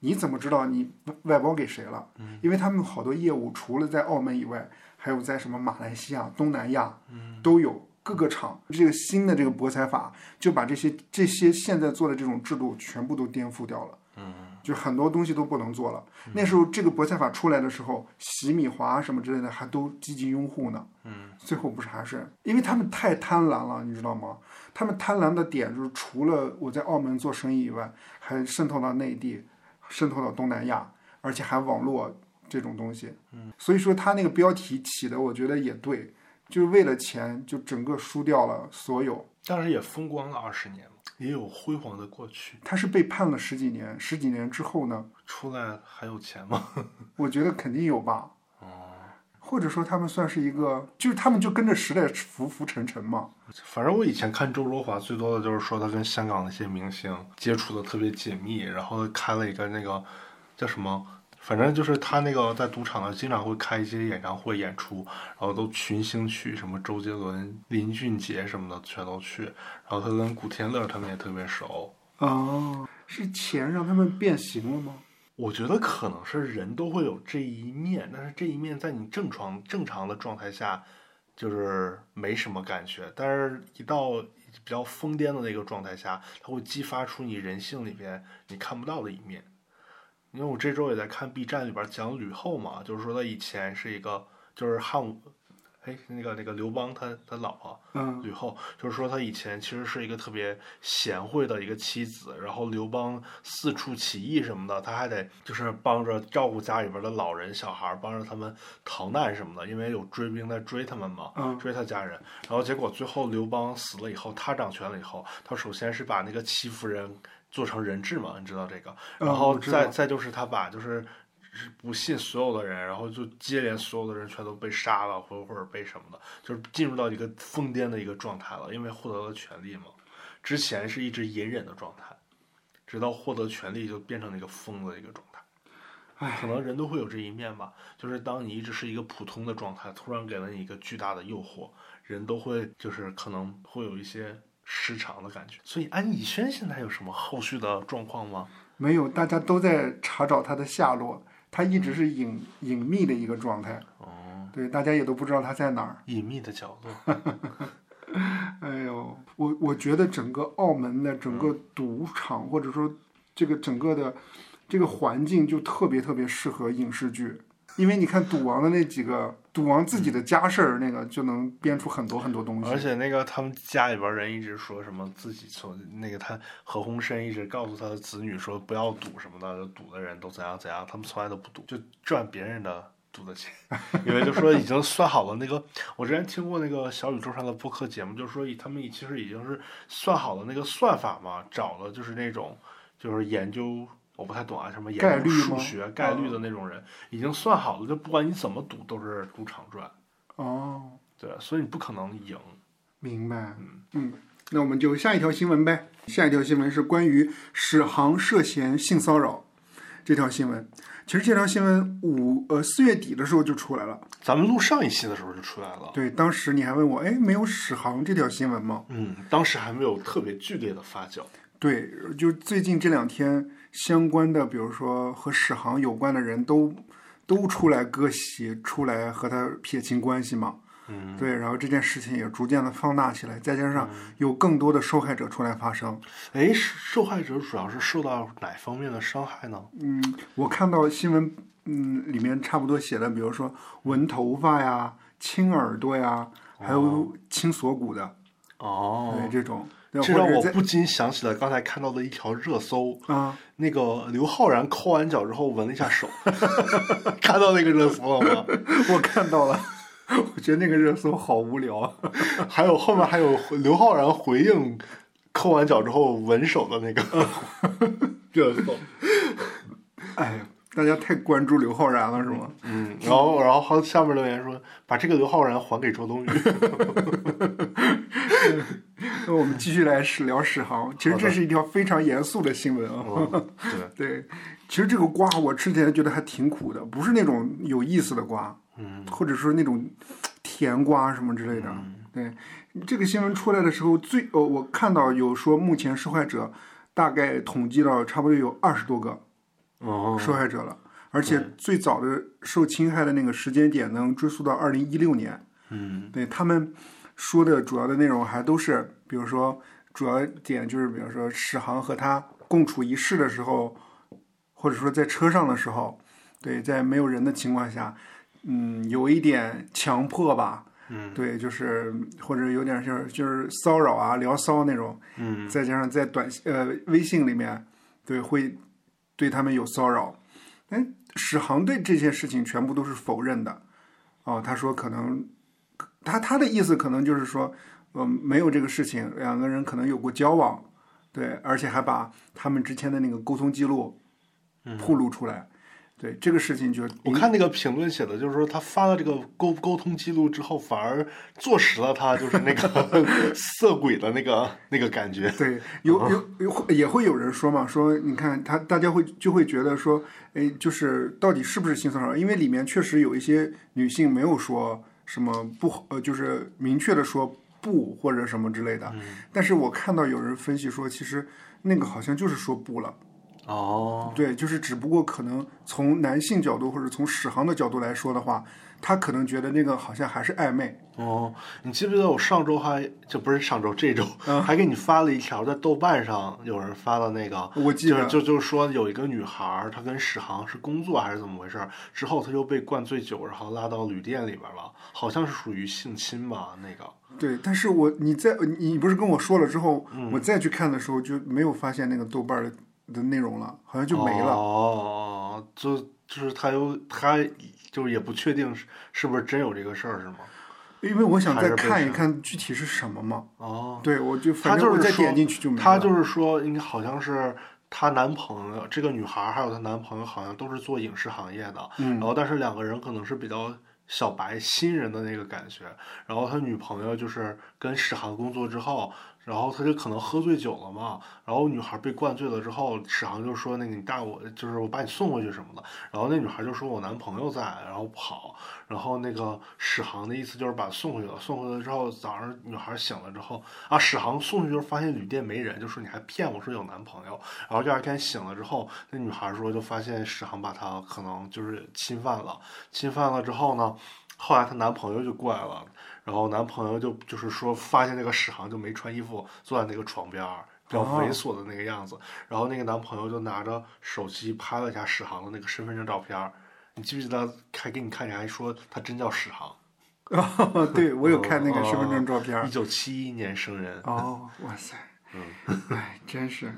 [SPEAKER 1] 你怎么知道你外包给谁了？因为他们好多业务除了在澳门以外，还有在什么马来西亚、东南亚，都有各个厂。这个新的这个博彩法就把这些这些现在做的这种制度全部都颠覆掉了。就很多东西都不能做了。那时候这个博彩法出来的时候，洗米华啊什么之类的还都积极拥护呢。嗯，最后不是还是因为他们太贪婪了，你知道吗？他们贪婪的点就是除了我在澳门做生意以外，还渗透到内地，渗透到东南亚，而且还网络这种东西。嗯，所以说他那个标题起的，我觉得也对，就是为了钱就整个输掉了所有。
[SPEAKER 2] 但是也风光了二十年嘛，也有辉煌的过去，
[SPEAKER 1] 他是被判了十几年，十几年之后呢，
[SPEAKER 2] 出来还有钱吗？
[SPEAKER 1] 我觉得肯定有吧。哦或者说他们算是一个，就是他们就跟着时代浮浮沉沉嘛。
[SPEAKER 2] 反正我以前看周周华最多的就是说他跟香港那些明星接触的特别紧密，然后开了一个那个叫什么，反正就是他那个在赌场呢经常会开一些演唱会演出，然后都群星去，什么周杰伦、林俊杰什么的全都去，然后他跟古天乐他们也特别熟。
[SPEAKER 1] 哦，是钱让他们变形了吗？
[SPEAKER 2] 我觉得可能是人都会有这一面，但是这一面在你正常正常的状态下，就是没什么感觉，但是一到比较疯癫的那个状态下，它会激发出你人性里边你看不到的一面。因为我这周也在看 B 站里边讲吕后嘛，就是说她以前是一个，就是汉武，哎，那个那个刘邦他他老婆，
[SPEAKER 1] 嗯，
[SPEAKER 2] 吕后，就是说她以前其实是一个特别贤惠的一个妻子，然后刘邦四处起义什么的，她还得就是帮着照顾家里边的老人、小孩，帮着他们逃难什么的，因为有追兵在追他们嘛，
[SPEAKER 1] 嗯
[SPEAKER 2] 追他家人。然后结果最后刘邦死了以后，他掌权了以后，他首先是把那个戚夫人做成人质嘛，你知道这个，
[SPEAKER 1] 嗯
[SPEAKER 2] 然后
[SPEAKER 1] 我知
[SPEAKER 2] 再、
[SPEAKER 1] 道
[SPEAKER 2] 再就是他把就是。不信所有的人，然后就接连所有的人全都被杀了，或或者被什么的，就是进入到一个疯癫的一个状态了，因为获得了权利嘛。之前是一直隐忍的状态，直到获得权利就变成了一个疯的一个状态。可能人都会有这一面吧。就是当你一直是一个普通的状态，突然给了你一个巨大的诱惑，人都会就是可能会有一些失常的感觉。所以安以轩现在有什么后续的状况吗？
[SPEAKER 1] 没有，大家都在查找他的下落，他一直是隐隐秘的一个状态。
[SPEAKER 2] 哦，
[SPEAKER 1] 对，大家也都不知道他在哪儿。
[SPEAKER 2] 隐秘的角落，
[SPEAKER 1] 哎呦，我我觉得整个澳门的整
[SPEAKER 2] 嗯
[SPEAKER 1] 个赌场，或者说这个整个的这个环境，就特别特别适合影视剧。因为你看赌王的那几个，赌王自己的家事儿，那个就能编出很多很多东
[SPEAKER 2] 嗯而
[SPEAKER 1] 西。
[SPEAKER 2] 且那个他们家里边人一直说什么自己从那个他何鸿燊一直告诉他的子女说不要赌什么的，赌的人都怎样怎样，他们从来都不赌，就赚别人的赌的钱， 因为就说已经算好了那个，我之前听过那个小宇宙上的播客节目，就是说以他们其实已经是算好了那个算法嘛，找了就是那种就是研究。我不太懂啊，什么研
[SPEAKER 1] 概
[SPEAKER 2] 究
[SPEAKER 1] 率
[SPEAKER 2] 数
[SPEAKER 1] 吗嗯
[SPEAKER 2] 学概率的那种人，已经算好了，就不管你怎么赌都是赌场赚，
[SPEAKER 1] 哦，
[SPEAKER 2] 对，所以你不可能赢。
[SPEAKER 1] 明白。嗯，那我们就下一条新闻呗。下一条新闻是关于史航涉嫌性骚扰这条新闻。其实这条新闻五呃四月底的时候就出来了。
[SPEAKER 2] 咱们录上一期的时候就出来了。
[SPEAKER 1] 对，当时你还问我，哎，没有史航这条新闻吗？
[SPEAKER 2] 嗯，当时还没有特别剧烈的发酵。
[SPEAKER 1] 对，就是最近这两天相关的，比如说和史航有关的人都都出来割席，出来和他撇清关系嘛。
[SPEAKER 2] 嗯，
[SPEAKER 1] 对，然后这件事情也逐渐的放大起来，再加上有更多的受害者出来发声。
[SPEAKER 2] 哎，受害者主要是受到哪方面的伤害呢？
[SPEAKER 1] 嗯，我看到新闻，嗯，里面差不多写的，比如说纹头发呀、亲耳朵呀，还有亲锁骨的，
[SPEAKER 2] 哦
[SPEAKER 1] 对，这种，对
[SPEAKER 2] 这
[SPEAKER 1] 或
[SPEAKER 2] 让
[SPEAKER 1] 者
[SPEAKER 2] 我
[SPEAKER 1] 在
[SPEAKER 2] 不禁想起了刚才看到的一条热搜，
[SPEAKER 1] 啊，
[SPEAKER 2] 那个刘昊然抠完脚之后闻了一下手， 看到那个热搜了吗？
[SPEAKER 1] 我看到了，我觉得那个热搜好无聊啊。
[SPEAKER 2] 还有后面还有刘昊然回应抠完脚之后闻手的 那个热搜。
[SPEAKER 1] 哎呀，大家太关注刘昊然了是吗？
[SPEAKER 2] 嗯，然后然后还有下面留言说把这个刘昊然还给周冬雨。
[SPEAKER 1] 那我们继续来史聊史航，其实这是一条非常严肃的新闻啊。
[SPEAKER 2] 嗯，对，
[SPEAKER 1] 对，其实这个瓜我吃起来觉得还挺苦的，不是那种有意思的瓜，
[SPEAKER 2] 嗯，
[SPEAKER 1] 或者说那种甜瓜什么之类的。对，这个新闻出来的时候，最呃，我看到有说目前受害者大概统计到差不多有二十多个
[SPEAKER 2] 哦
[SPEAKER 1] 受害者了，而且最早的受侵害的那个时间点能追溯到二零一六年。
[SPEAKER 2] 嗯
[SPEAKER 1] 对他们说的主要的内容还都是，比如说主要点就是，比如说史航和他共处一室的时候，或者说在车上的时候，对，在没有人的情况下，嗯，有一点强迫吧，
[SPEAKER 2] 嗯
[SPEAKER 1] 对，就是或者有点就是就是骚扰啊、聊骚那种，
[SPEAKER 2] 嗯
[SPEAKER 1] 再加上在短信呃微信里面，对，会对他们有骚扰。哎，史航对这些事情全部都是否认的。哦，他说可能他他的意思可能就是说，呃，没有这个事情，两个人可能有过交往，对，而且还把他们之前的那个沟通记录暴露出来。对这个事情就
[SPEAKER 2] 嗯我看那个评论写的，就是说他发了这个沟沟通记录之后，反而坐实了他就是那 个色鬼的那个那个感觉。
[SPEAKER 1] 对，有有有会也会有人说嘛，说你看他，大家会就会觉得说，哎，就是到底是不是性骚扰？因为里面确实有一些女性没有说什么不好，呃，就是明确的说不或者什么之类的。但是我看到有人分析说，其实那个好像就是说不了，
[SPEAKER 2] 哦，
[SPEAKER 1] 对，就是只不过可能从男性角度或者从史航的角度来说的话，他可能觉得那个好像还是暧昧。
[SPEAKER 2] 哦，你记不记得我上周还就不是上周这周、还给你发了一条，在豆瓣上有人发的那个，
[SPEAKER 1] 我记
[SPEAKER 2] 就是
[SPEAKER 1] 得
[SPEAKER 2] 就就是说有一个女孩儿，她跟史航是工作还是怎么回事儿？之后她又被灌醉酒，然后拉到旅店里边了，好像是属于性侵吧？那个
[SPEAKER 1] 对，但是我你在你不是跟我说了之后，
[SPEAKER 2] 嗯
[SPEAKER 1] 我再去看的时候就没有发现那个豆瓣儿的的内容了，好像就没了。
[SPEAKER 2] 哦，就就是他有他就是也不确定是是不是真有这个事儿是吗？
[SPEAKER 1] 因为我想
[SPEAKER 2] 还
[SPEAKER 1] 再
[SPEAKER 2] 是被
[SPEAKER 1] 看一
[SPEAKER 2] 删
[SPEAKER 1] 看具体是什么嘛。
[SPEAKER 2] 哦，
[SPEAKER 1] 对，我就
[SPEAKER 2] 他
[SPEAKER 1] 反
[SPEAKER 2] 就
[SPEAKER 1] 正我
[SPEAKER 2] 是
[SPEAKER 1] 再
[SPEAKER 2] 说
[SPEAKER 1] 点进去就没了。
[SPEAKER 2] 他就是说，应该好像是她男朋友，这个女孩儿还有她男朋友好像都是做影视行业的，然
[SPEAKER 1] 嗯
[SPEAKER 2] 后但是两个人可能是比较。小白新人的那个感觉，然后他女朋友就是跟史航工作之后，然后他就可能喝醉酒了嘛，然后女孩被灌醉了之后，史航就说那个你带我，就是我把你送回去什么的。然后那女孩就说我男朋友在，然后跑，然后那个史航的意思就是把她送回去了。送回去之后，早上女孩醒了之后啊，史航送去就是发现旅店没人，就说你还骗我说有男朋友。然后第二天醒了之后，那女孩说就发现史航把她可能就是侵犯了，侵犯了之后呢，后来她男朋友就过来了。然后男朋友就就是说发现那个史航就没穿衣服坐在那个床边儿，比较猥琐的那个样子。然后那个男朋友就拿着手机拍了一下史航的那个身份证照片儿，你记不记得还给你看，你还说他真叫史航，嗯
[SPEAKER 1] 对，我有看那个身份证照片儿
[SPEAKER 2] 一。九七一年生人。
[SPEAKER 1] 哦，哇塞，哎，真是，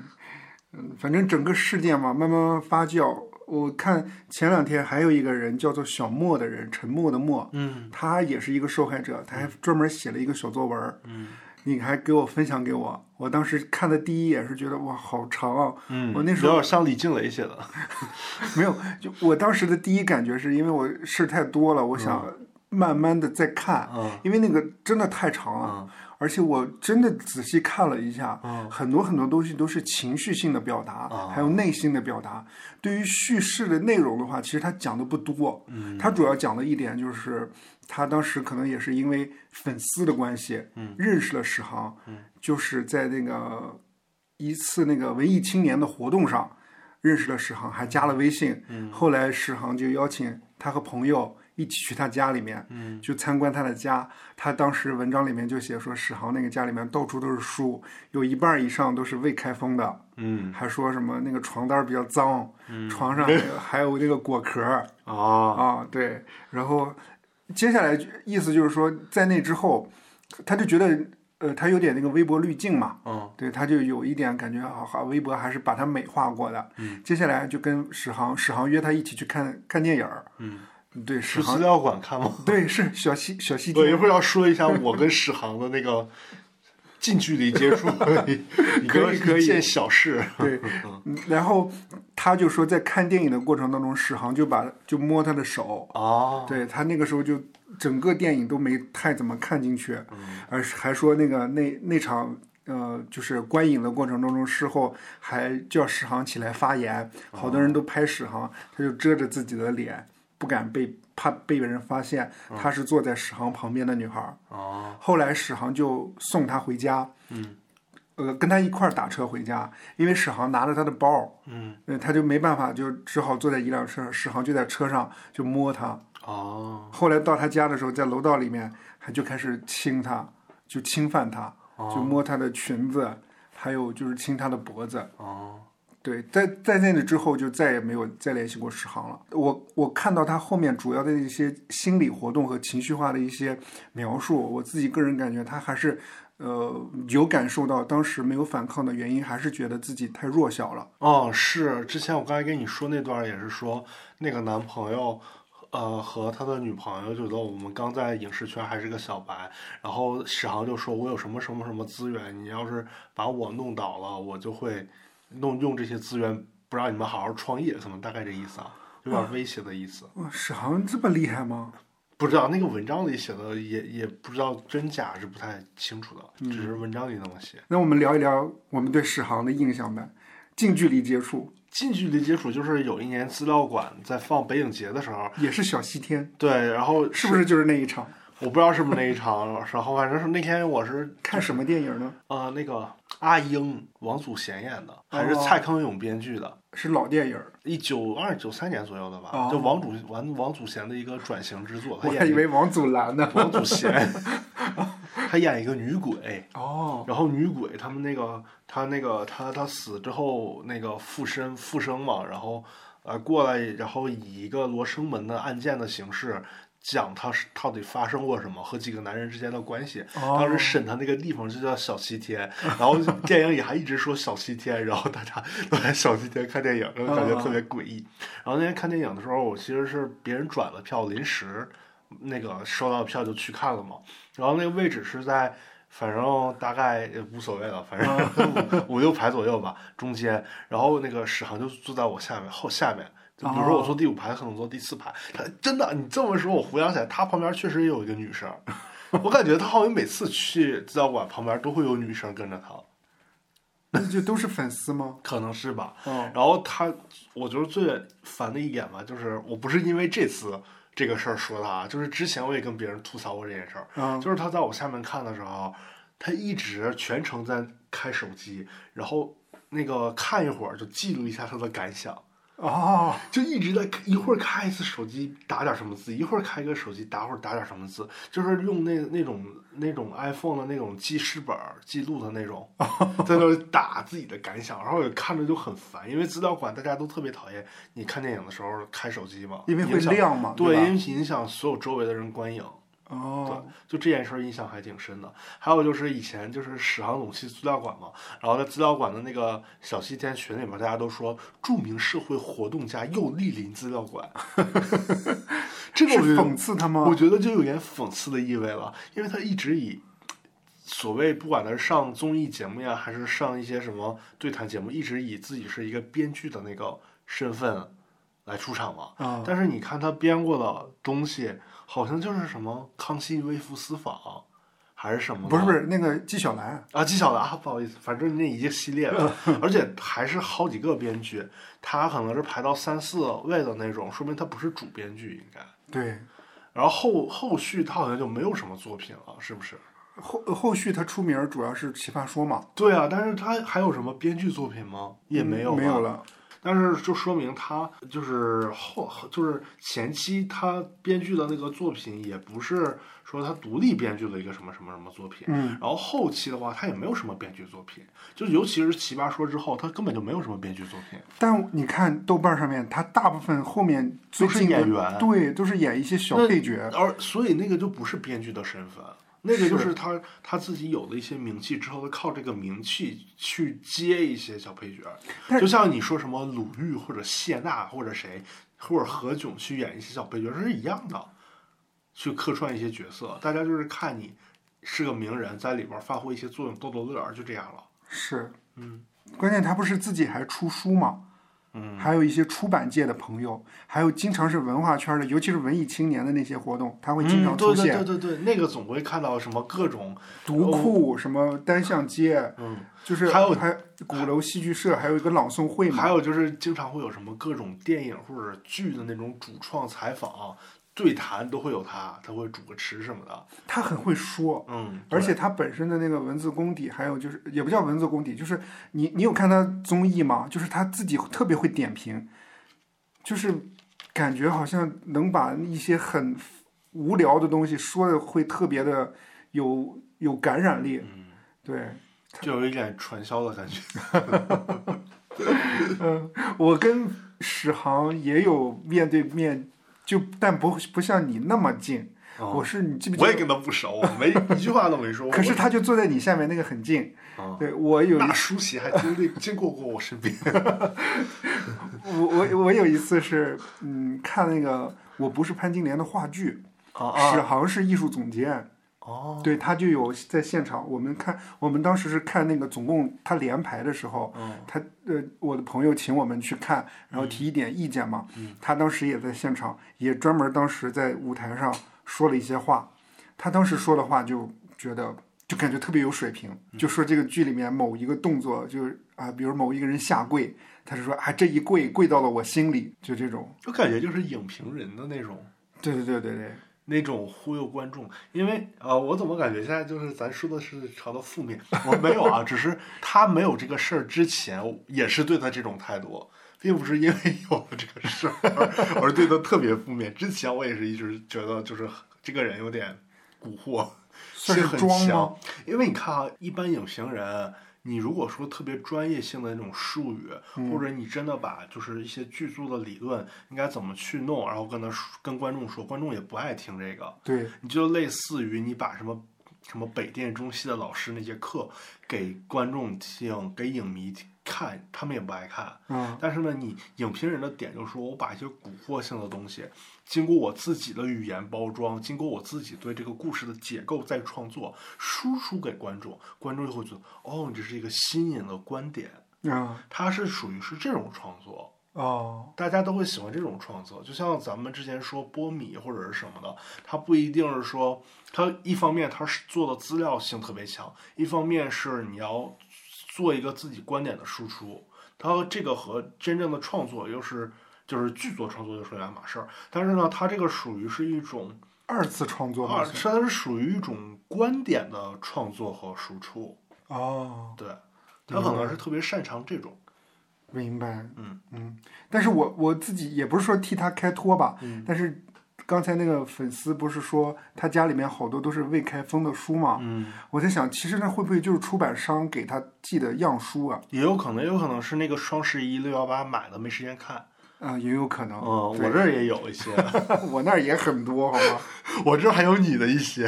[SPEAKER 1] 嗯，反正整个事件嘛，慢慢慢慢发酵。我看前两天还有一个人叫做小莫的人，沉默的默，
[SPEAKER 2] 嗯，
[SPEAKER 1] 他也是一个受害者，他还专门写了一个小作文，嗯，你还给我分享给我，我当时看的第一眼是觉得哇，好长啊，
[SPEAKER 2] 嗯，
[SPEAKER 1] 我那时候
[SPEAKER 2] 有点像李静蕾写的，
[SPEAKER 1] 没有，就我当时的第一感觉是因为我事太多了，我想慢慢的再看，
[SPEAKER 2] 嗯
[SPEAKER 1] 因为那个真的太长了，而且我真的仔细看了一下，
[SPEAKER 2] 嗯
[SPEAKER 1] 很多很多东西都是情绪性的表达，
[SPEAKER 2] 啊
[SPEAKER 1] 还有内心的表达。对于叙事的内容的话，其实他讲的不多，
[SPEAKER 2] 嗯
[SPEAKER 1] 他主要讲的一点就是他当时可能也是因为粉丝的关系，
[SPEAKER 2] 嗯
[SPEAKER 1] 认识了史航，
[SPEAKER 2] 嗯
[SPEAKER 1] 就是在那个一次那个文艺青年的活动上认识了史航，还加了微信。
[SPEAKER 2] 嗯
[SPEAKER 1] 后来史航就邀请他和朋友一起去他家里面，
[SPEAKER 2] 嗯
[SPEAKER 1] 就参观他的家。他当时文章里面就写说，史航那个家里面到处都是书，有一半以上都是未开封的，
[SPEAKER 2] 嗯
[SPEAKER 1] 还说什么那个床单比较脏，
[SPEAKER 2] 嗯
[SPEAKER 1] 床 上还有还有那个果壳儿。
[SPEAKER 2] 啊
[SPEAKER 1] 啊，对，然后接下来就意思就是说，在那之后，他就觉得呃，他有点那个微博滤镜嘛，
[SPEAKER 2] 嗯
[SPEAKER 1] 对，他就有一点感觉啊，好微博还是把他美化过的。
[SPEAKER 2] 嗯
[SPEAKER 1] 接下来就跟史航，史航约他一起去看看电影儿，
[SPEAKER 2] 嗯，
[SPEAKER 1] 对，史
[SPEAKER 2] 是资
[SPEAKER 1] 航，
[SPEAKER 2] 料馆看吗？
[SPEAKER 1] 对，是小西小西
[SPEAKER 2] 我一
[SPEAKER 1] 天，
[SPEAKER 2] 会儿要说一下我跟史航的那个近距离接触， 一
[SPEAKER 1] 可
[SPEAKER 2] 个
[SPEAKER 1] 以可以
[SPEAKER 2] 一件小事。
[SPEAKER 1] 对，嗯然后他就说在看电影的过程当中，史航就把就摸他的手，
[SPEAKER 2] 哦，
[SPEAKER 1] 对他那个时候就整个电影都没太怎么看进去，
[SPEAKER 2] 嗯
[SPEAKER 1] 而是还说那个那那场呃就是观影的过程当中，事后还叫史航起来发言，好多人
[SPEAKER 2] 哦
[SPEAKER 1] 都拍史航，他就遮着自己的脸，不敢被怕被人发现他是坐在史航旁边的女孩儿。
[SPEAKER 2] 嗯哦，
[SPEAKER 1] 后来史航就送她回家，
[SPEAKER 2] 嗯
[SPEAKER 1] 呃，跟她一块儿打车回家，因为史航拿着她的包儿，
[SPEAKER 2] 嗯，
[SPEAKER 1] 呃，他就没办法，就只好坐在一辆车上，史航就在车上就摸她。
[SPEAKER 2] 哦，
[SPEAKER 1] 后来到他家的时候，在楼道里面还就开始亲她，就侵犯她，就摸她的裙子，还有就是亲她的脖子。
[SPEAKER 2] 哦，
[SPEAKER 1] 对，在在那里之后就再也没有再联系过史航了。我我看到他后面主要的一些心理活动和情绪化的一些描述，我自己个人感觉他还是呃有感受到当时没有反抗的原因，还是觉得自己太弱小了。
[SPEAKER 2] 哦，是之前我刚才跟你说那段儿也是说那个男朋友。呃，和他的女朋友觉得我们刚在影视圈还是个小白，然后史航就说：“我有什么什么什么资源，你要是把我弄倒了，我就会弄用这些资源不让你们好好创业，可能大概这意思啊，有点威胁的意思。
[SPEAKER 1] 哇，史航这么厉害吗？
[SPEAKER 2] 不知道那个文章里写的也也不知道真假是不太清楚的，
[SPEAKER 1] 嗯
[SPEAKER 2] 只是文章里那么写。
[SPEAKER 1] 那我们聊一聊我们对史航的印象呗，近距离接触。
[SPEAKER 2] 近距离接触就是有一年资料馆在放北影节的时候，
[SPEAKER 1] 也是小西天，
[SPEAKER 2] 对，然后
[SPEAKER 1] 是不是就是那一场？
[SPEAKER 2] 我不知道是不是那一场，然后反正是那天我是
[SPEAKER 1] 看什么电影呢？
[SPEAKER 2] 呃那个阿英王祖贤演的，还是
[SPEAKER 1] 哦
[SPEAKER 2] 蔡康永编剧的，
[SPEAKER 1] 是老电影儿，
[SPEAKER 2] 一九二九三年左右的吧，
[SPEAKER 1] 哦
[SPEAKER 2] 就王祖王王祖贤的一个转型之作，他
[SPEAKER 1] 我
[SPEAKER 2] 演
[SPEAKER 1] 还以
[SPEAKER 2] 一个
[SPEAKER 1] 为王祖蓝呢。
[SPEAKER 2] 王祖贤， 他演一个女鬼。
[SPEAKER 1] 哦，
[SPEAKER 2] 然后女鬼他们那个，她那个她她死之后那个附身复生嘛，然后呃过来，然后以一个罗生门的案件的形式讲她是到底发生过什么和几个男人之间的关系。
[SPEAKER 1] 哦
[SPEAKER 2] 当时审她那个地方就叫小西天，然后电影里还一直说小西天，然后大家 都来小西天看电影，然后感觉特别诡异。然后那天看电影的时候，我其实是别人转了票，临时那个收到票就去看了嘛。然后那个位置是在，反正大概也无所谓了，反正 五五六排左右吧，中间。然后那个史航就坐在我下面后下面。就比如说我坐第五排，他可能坐第四排。他真的，你这么说，我回想起来，他旁边确实也有一个女生，我感觉他好像每次去资料馆旁边都会有女生跟着他，
[SPEAKER 1] 那就都是粉丝 吗？
[SPEAKER 2] 可能是吧。
[SPEAKER 1] 哦，
[SPEAKER 2] 然后他，我觉得最烦的一点吧，就是我不是因为这次这个事儿说他啊，就是之前我也跟别人吐槽过这件事儿，
[SPEAKER 1] 嗯，
[SPEAKER 2] 就是他在我下面看的时候，他一直全程在开手机，然后那个看一会儿就记录一下他的感想，
[SPEAKER 1] 哦，
[SPEAKER 2] 就一直在一会儿开一次手机打点什么字，一会儿开一个手机打会儿打点什么字，就是用那那种那种 iPhone 的那种记事本儿记录的那 种，在那儿打自己的感想，然后也看着就很烦，因为资料馆大家都特别讨厌你看电影的时候开手机嘛，
[SPEAKER 1] 因为会
[SPEAKER 2] 影响
[SPEAKER 1] 亮嘛，
[SPEAKER 2] 对，因
[SPEAKER 1] 吧？
[SPEAKER 2] 为影响所有周围的人观影。
[SPEAKER 1] 哦，
[SPEAKER 2] 就这件事儿印象还挺深的。还有就是以前就是史航总去资料馆嘛，然后在资料馆的那个小西天群里面，大家都说著名社会活动家又莅临资料馆， 这个我觉
[SPEAKER 1] 是
[SPEAKER 2] 得
[SPEAKER 1] 讽刺他吗？
[SPEAKER 2] 我觉得就有点讽刺的意味了，因为他一直以。所谓不管他是上综艺节目呀，还是上一些什么对谈节目，一直以自己是一个编剧的那个身份来出场嘛。
[SPEAKER 1] 啊，
[SPEAKER 2] 但是你看他编过的东西，好像就是什么《康熙微服私访》，还是什么的？
[SPEAKER 1] 不是不是，那个纪晓岚，
[SPEAKER 2] 啊，纪晓岚啊，不好意思，反正那一个系 列的，而且还是好几个编剧，他可能是排到三四位的那种，说明他不是主编剧应该。
[SPEAKER 1] 对，
[SPEAKER 2] 然后后后续他好像就没有什么作品了，是不是？
[SPEAKER 1] 后后续他出名儿主要是《奇葩说》嘛，嗯
[SPEAKER 2] 对啊，但是他还有什么编剧作品吗？也没有、
[SPEAKER 1] 没有
[SPEAKER 2] 了。
[SPEAKER 1] 了，
[SPEAKER 2] 但是就说明他就是后就是前期他编剧的那个作品也不是说他独立编剧的一个什么什么什么作品，
[SPEAKER 1] 嗯，
[SPEAKER 2] 然后后期的话他也没有什么编剧作品，就尤其是《奇葩说》之后，他根本就没有什么编剧作品，
[SPEAKER 1] 但你看豆瓣上面，他大部分后面最
[SPEAKER 2] 都是
[SPEAKER 1] 近的
[SPEAKER 2] 演员
[SPEAKER 1] 对，都是演一些小
[SPEAKER 2] 那
[SPEAKER 1] 配角，
[SPEAKER 2] 而所以那个就不是编剧的身份。那个就是是他他自己有了一些名气之后，他靠这个名气去接一些小配角
[SPEAKER 1] 但，
[SPEAKER 2] 就像你说什么鲁豫或者谢娜或者谁或者何炅去演一些小配角是一样的，去客串一些角色，大家就是看你是个名人，在里边发挥一些作用，逗逗乐儿，就这样了。
[SPEAKER 1] 是，
[SPEAKER 2] 嗯，
[SPEAKER 1] 关键他不是自己还出书嘛，
[SPEAKER 2] 嗯，
[SPEAKER 1] 还有一些出版界的朋友，还有经常是文化圈的，尤其是文艺青年的那些活动，他会经常出
[SPEAKER 2] 嗯对对
[SPEAKER 1] 现，
[SPEAKER 2] 对对对，那个总会看到什么各种
[SPEAKER 1] 读库什么单向街，
[SPEAKER 2] 嗯。
[SPEAKER 1] 就是
[SPEAKER 2] 还有
[SPEAKER 1] 还鼓楼戏剧社，还有一个朗诵会
[SPEAKER 2] 还
[SPEAKER 1] 嘛，
[SPEAKER 2] 有就是经常会有什么各种电影或者剧的那种主创采访、对谈都会有他，他会主个持什么的。
[SPEAKER 1] 他很会说，
[SPEAKER 2] 嗯，
[SPEAKER 1] 而且他本身的那个文字功底，还有就是也不叫文字功底，就是你你有看他综艺吗？就是他自己特别会点评，就是感觉好像能把一些很无聊的东西说的会特别的有有感染力。
[SPEAKER 2] 嗯
[SPEAKER 1] 对，
[SPEAKER 2] 就有一点传销的感觉。
[SPEAKER 1] 嗯，我跟史航也有面对面，就但不不像你那么近，我是你记不记
[SPEAKER 2] 我也
[SPEAKER 1] 得？
[SPEAKER 2] 跟他不熟，没一句话都没说。
[SPEAKER 1] 嗯 可是他就坐在你下面那个很近，
[SPEAKER 2] 我啊，
[SPEAKER 1] 对我有一
[SPEAKER 2] 那舒淇还经历经过过我身边。
[SPEAKER 1] 我我我有一次是，嗯，看那个我不是潘金莲的话剧，
[SPEAKER 2] 啊
[SPEAKER 1] 史！航是艺术总监，
[SPEAKER 2] 哦，
[SPEAKER 1] 对他就有在现场，我们看，我们当时是看那个总共他连排的时候，
[SPEAKER 2] 嗯
[SPEAKER 1] 他呃我的朋友请我们去看，然后提一点意见嘛，
[SPEAKER 2] 嗯
[SPEAKER 1] 他当时也在现场，也专门当时在舞台上说了一些话，他当时说的话就觉得。就感觉特别有水平，
[SPEAKER 2] 嗯
[SPEAKER 1] 就说这个剧里面某一个动作，就是啊，比如某一个人下跪，他就说啊，这一跪跪到了我心里，就这种。
[SPEAKER 2] 就感觉就是影评人的那种。
[SPEAKER 1] 对对对对对，
[SPEAKER 2] 那种忽悠观众，因为呃，我怎么感觉现在就是咱说的是朝到负面，我没有啊，只是他没有这个事儿之前，也是对他这种态度，并不是因为有了这个事儿而对他特别负面。之前我也是一直觉得就是这个人有点蛊惑，
[SPEAKER 1] 算是
[SPEAKER 2] 很
[SPEAKER 1] 装吗
[SPEAKER 2] 强？因为你看啊，一般影评人，你如果说特别专业性的那种术语，
[SPEAKER 1] 嗯
[SPEAKER 2] 或者你真的把就是一些剧作的理论应该怎么去弄，然后跟他说跟观众说，观众也不爱听这个。
[SPEAKER 1] 对，
[SPEAKER 2] 你就类似于你把什么什么北电、中戏的老师那些课给观众听，给影迷看，他们也不爱看。
[SPEAKER 1] 嗯，
[SPEAKER 2] 但是呢，你影评人的点就是说我把一些蛊惑性的东西，经过我自己的语言包装，经过我自己对这个故事的解构再创作，输出给观众，观众就会觉得哦，这是一个新颖的观点。
[SPEAKER 1] 啊，
[SPEAKER 2] 它是属于是这种创作，
[SPEAKER 1] 哦，
[SPEAKER 2] 大家都会喜欢这种创作，就像咱们之前说波米或者是什么的，它不一定是说，它一方面它是做的资料性特别强，一方面是你要做一个自己观点的输出，它这个和真正的创作又是就是剧作创作又是两码事儿，但是呢，它这个属于是一种
[SPEAKER 1] 二次创作吗
[SPEAKER 2] 二，它是属于一种观点的创作和输出，
[SPEAKER 1] 哦，
[SPEAKER 2] 对，他可能是特别擅长这种，
[SPEAKER 1] 明白。
[SPEAKER 2] 嗯
[SPEAKER 1] 嗯，但是我我自己也不是说替他开脱吧，
[SPEAKER 2] 嗯
[SPEAKER 1] 但是刚才那个粉丝不是说他家里面好多都是未开封的书嘛？
[SPEAKER 2] 嗯，
[SPEAKER 1] 我在想，其实那会不会就是出版商给他寄的样书啊？
[SPEAKER 2] 也有可能，也有可能是那个双十一六幺八买的没时间看，
[SPEAKER 1] 啊、也有可能。
[SPEAKER 2] 嗯，我
[SPEAKER 1] 对
[SPEAKER 2] 这儿也有一 些，
[SPEAKER 1] 我那儿也很多，好吗？
[SPEAKER 2] 我这儿还有你的一些，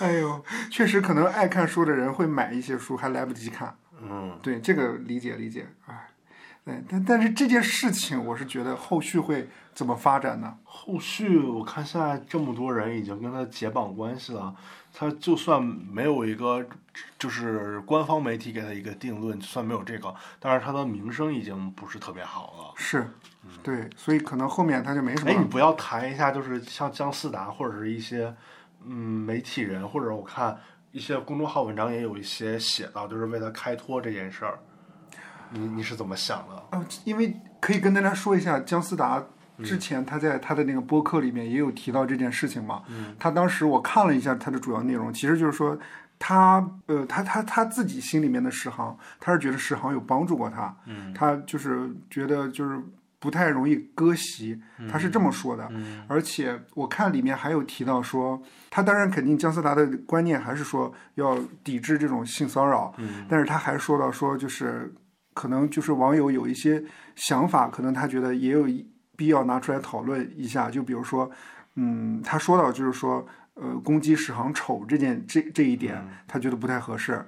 [SPEAKER 1] 哎呦，确实可能爱看书的人会买一些书，还来不及看。
[SPEAKER 2] 嗯，
[SPEAKER 1] 对，这个理解理解啊。对，但但是这件事情，我是觉得后续会怎么发展呢？
[SPEAKER 2] 后续我看现在这么多人已经跟他解绑关系了，他就算没有一个就是官方媒体给他一个定论，就算没有这个，但是他的名声已经不是特别好了。
[SPEAKER 1] 是，对，所以可能后面他就没什么
[SPEAKER 2] 嗯哎，你
[SPEAKER 1] 了。
[SPEAKER 2] 不要谈一下，就是像姜思达或者是一些嗯媒体人，或者我看一些公众号文章也有一些写到，就是为他开脱这件事儿，你你是怎么想的？
[SPEAKER 1] 哦，因为可以跟大家说一下，姜思达之前他在他的那个播客里面也有提到这件事情嘛。他当时我看了一下他的主要内容，其实就是说他呃他他他自己心里面的石航，他是觉得石航有帮助过他，他就是觉得就是。不太容易割席，他是这么说的。而且我看里面还有提到说，他当然肯定姜思达的观念还是说要抵制这种性骚扰，但是他还说到说就是可能就是网友有一些想法，可能他觉得也有必要拿出来讨论一下。就比如说，嗯，他说到就是说，呃，攻击史航丑这件这这一点，他觉得不太合适。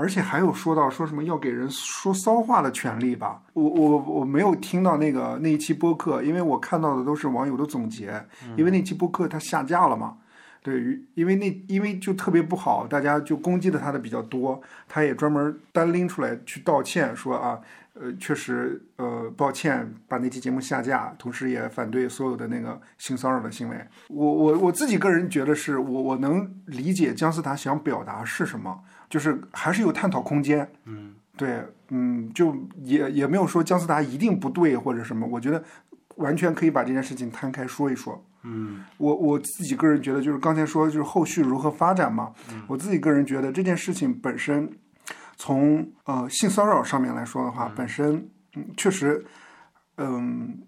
[SPEAKER 1] 而且还有说到说什么要给人说骚话的权利吧，我我我没有听到那个那一期播客，因为我看到的都是网友的总结，因为那期播客它下架了嘛，对，于因为那因为就特别不好，大家就攻击的他的比较多，他也专门单拎出来去道歉，说啊，呃，确实，呃，抱歉，把那期节目下架，同时也反对所有的那个性骚扰的行为。我我我自己个人觉得是我我能理解姜思达想表达是什么，就是还是有探讨空间。
[SPEAKER 2] 嗯，
[SPEAKER 1] 对，嗯，就也也没有说姜思达一定不对或者什么，我觉得完全可以把这件事情摊开说一说。
[SPEAKER 2] 嗯
[SPEAKER 1] 我我自己个人觉得，就是刚才说就是后续如何发展嘛，我自己个人觉得这件事情本身从呃性骚扰上面来说的话，本身、嗯、确实，嗯、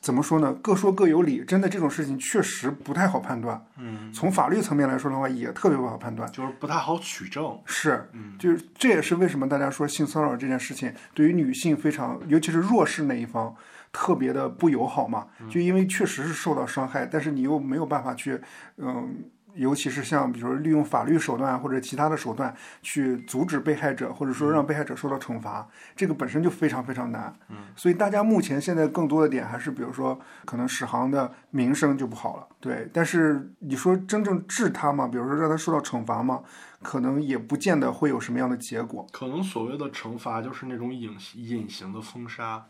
[SPEAKER 1] 怎么说呢？各说各有理，真的这种事情确实不太好判断。
[SPEAKER 2] 嗯，
[SPEAKER 1] 从法律层面来说的话，也特别不好判断。
[SPEAKER 2] 就是不太好取证。
[SPEAKER 1] 是
[SPEAKER 2] 嗯，
[SPEAKER 1] 就是这也是为什么大家说性骚扰这件事情对于女性非常，尤其是弱势那一方特别的不友好嘛，就因为确实是受到伤害，但是你又没有办法去，嗯。尤其是像比如说利用法律手段啊或者其他的手段去阻止被害者，或者说让被害者受到惩罚，这个本身就非常非常难。嗯，所以大家目前现在更多的点还是，比如说可能史航的名声就不好了，对。但是你说真正治他嘛，比如说让他受到惩罚嘛，可能也不见得会有什么样的结果。
[SPEAKER 2] 可能所谓的惩罚就是那种隐隐形的封杀。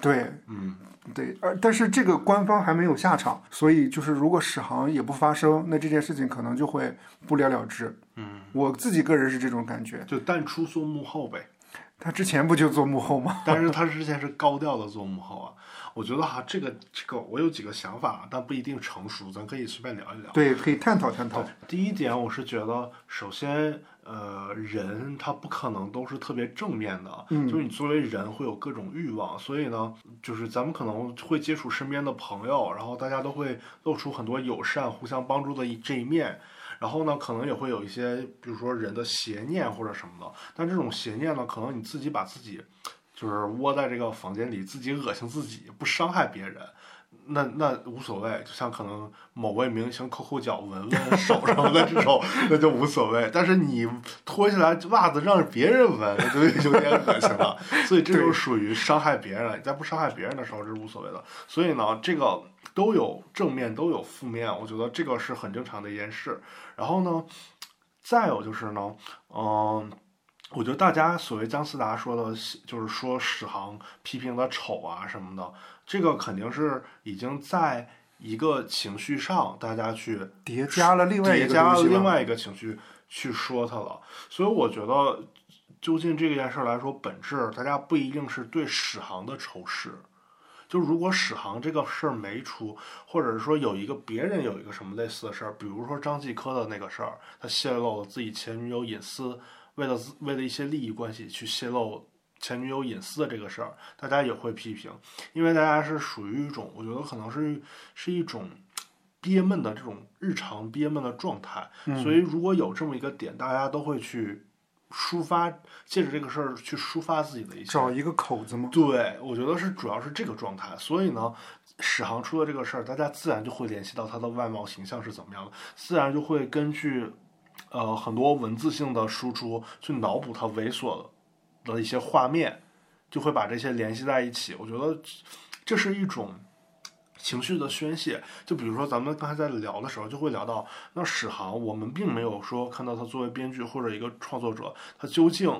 [SPEAKER 1] 对
[SPEAKER 2] 嗯，
[SPEAKER 1] 对，而但是这个官方还没有下场，所以就是如果史航也不发声，那这件事情可能就会不了了之。
[SPEAKER 2] 嗯，
[SPEAKER 1] 我自己个人是这种感觉。
[SPEAKER 2] 就淡出做幕后呗。
[SPEAKER 1] 他之前不就做幕后吗？
[SPEAKER 2] 但是他之前是高调的做幕后啊，我觉得哈、这个这个我有几个想法，啊但不一定成熟，咱可以随便聊一聊。
[SPEAKER 1] 对，可以探讨探讨。
[SPEAKER 2] 第一点，我是觉得，首先，呃，人他不可能都是特别正面的，
[SPEAKER 1] 嗯
[SPEAKER 2] 就是你作为人会有各种欲望，所以呢，就是咱们可能会接触身边的朋友，然后大家都会露出很多友善、互相帮助的一这一面。然后呢，可能也会有一些，比如说人的邪念或者什么的，但这种邪念呢，可能你自己把自己，就是窝在这个房间里，自己恶心自己，不伤害别人，那那无所谓，就像可能某位明星抠抠脚、闻闻手什么的这种， 那就无所谓。但是你脱下来袜子让别人闻，那就有点恶心了。所以这就属于伤害别人了。你在不伤害别人的时候，这是无所谓的。所以呢，这个都有正面，都有负面，我觉得这个是很正常的一件事。然后呢，再有就是呢，嗯、我觉得大家所谓姜思达说的，就是说史航批评的丑啊什么的，这个肯定是已经在一个情绪上，大家去
[SPEAKER 1] 叠加了另外一
[SPEAKER 2] 叠
[SPEAKER 1] 个东
[SPEAKER 2] 加了
[SPEAKER 1] 西
[SPEAKER 2] 另
[SPEAKER 1] 了
[SPEAKER 2] 外一个情绪去说它了。所以我觉得，究竟这件事儿来说，本质大家不一定是对史航的仇视。就如果史航这个事儿没出，或者是说有一个别人有一个什么类似的事儿，比如说张继科的那个事儿，他泄露了自己前女友隐私，为了自为了一些利益关系去泄露前女友隐私的这个事儿，大家也会批评，因为大家是属于一种，我觉得可能是是一种憋闷的这种日常憋闷的状态，所以如果有这么一个点，大家都会去抒发，借着这个事儿去抒发自己的一些
[SPEAKER 1] 找一个口子嘛。
[SPEAKER 2] 对，我觉得是主要是这个状态，所以呢，史航出了这个事儿，大家自然就会联系到他的外貌形象是怎么样的，自然就会根据呃很多文字性的输出去脑补他猥琐的一些画面，就会把这些联系在一起。我觉得这是一种。情绪的宣泄，就比如说咱们刚才在聊的时候，就会聊到那史航，我们并没有说看到他作为编剧或者一个创作者，他究竟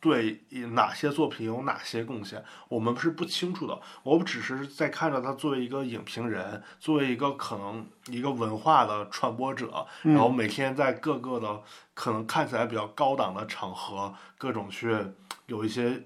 [SPEAKER 2] 对哪些作品有哪些贡献，我们是不清楚的。我们只是在看着他作为一个影评人，作为一个可能一个文化的传播者，然后每天在各个的可能看起来比较高档的场合，各种去有一些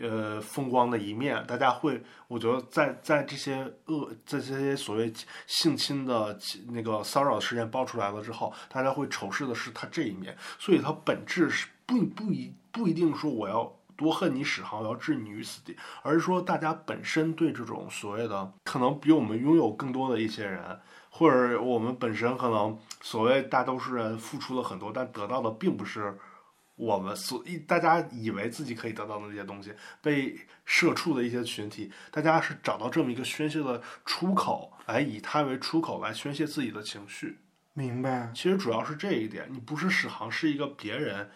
[SPEAKER 2] 呃风光的一面。大家会，我觉得在在这些恶在这些所谓性侵的那个骚扰事件爆出来了之后，大家会仇视的是他这一面，所以他本质是不不一不一定说我要多恨你史航，我要置你于死地，而是说大家本身对这种所谓的可能比我们拥有更多的一些人，或者我们本身可能所谓大多数人付出了很多，但得到的并不是。我们所以大家以为自己可以得到的那些东西，被社畜的一些群体，大家是找到这么一个宣泄的出口，来以它为出口来宣泄自己的情绪。
[SPEAKER 1] 明白，
[SPEAKER 2] 其实主要是这一点，你不是史航，是一个别人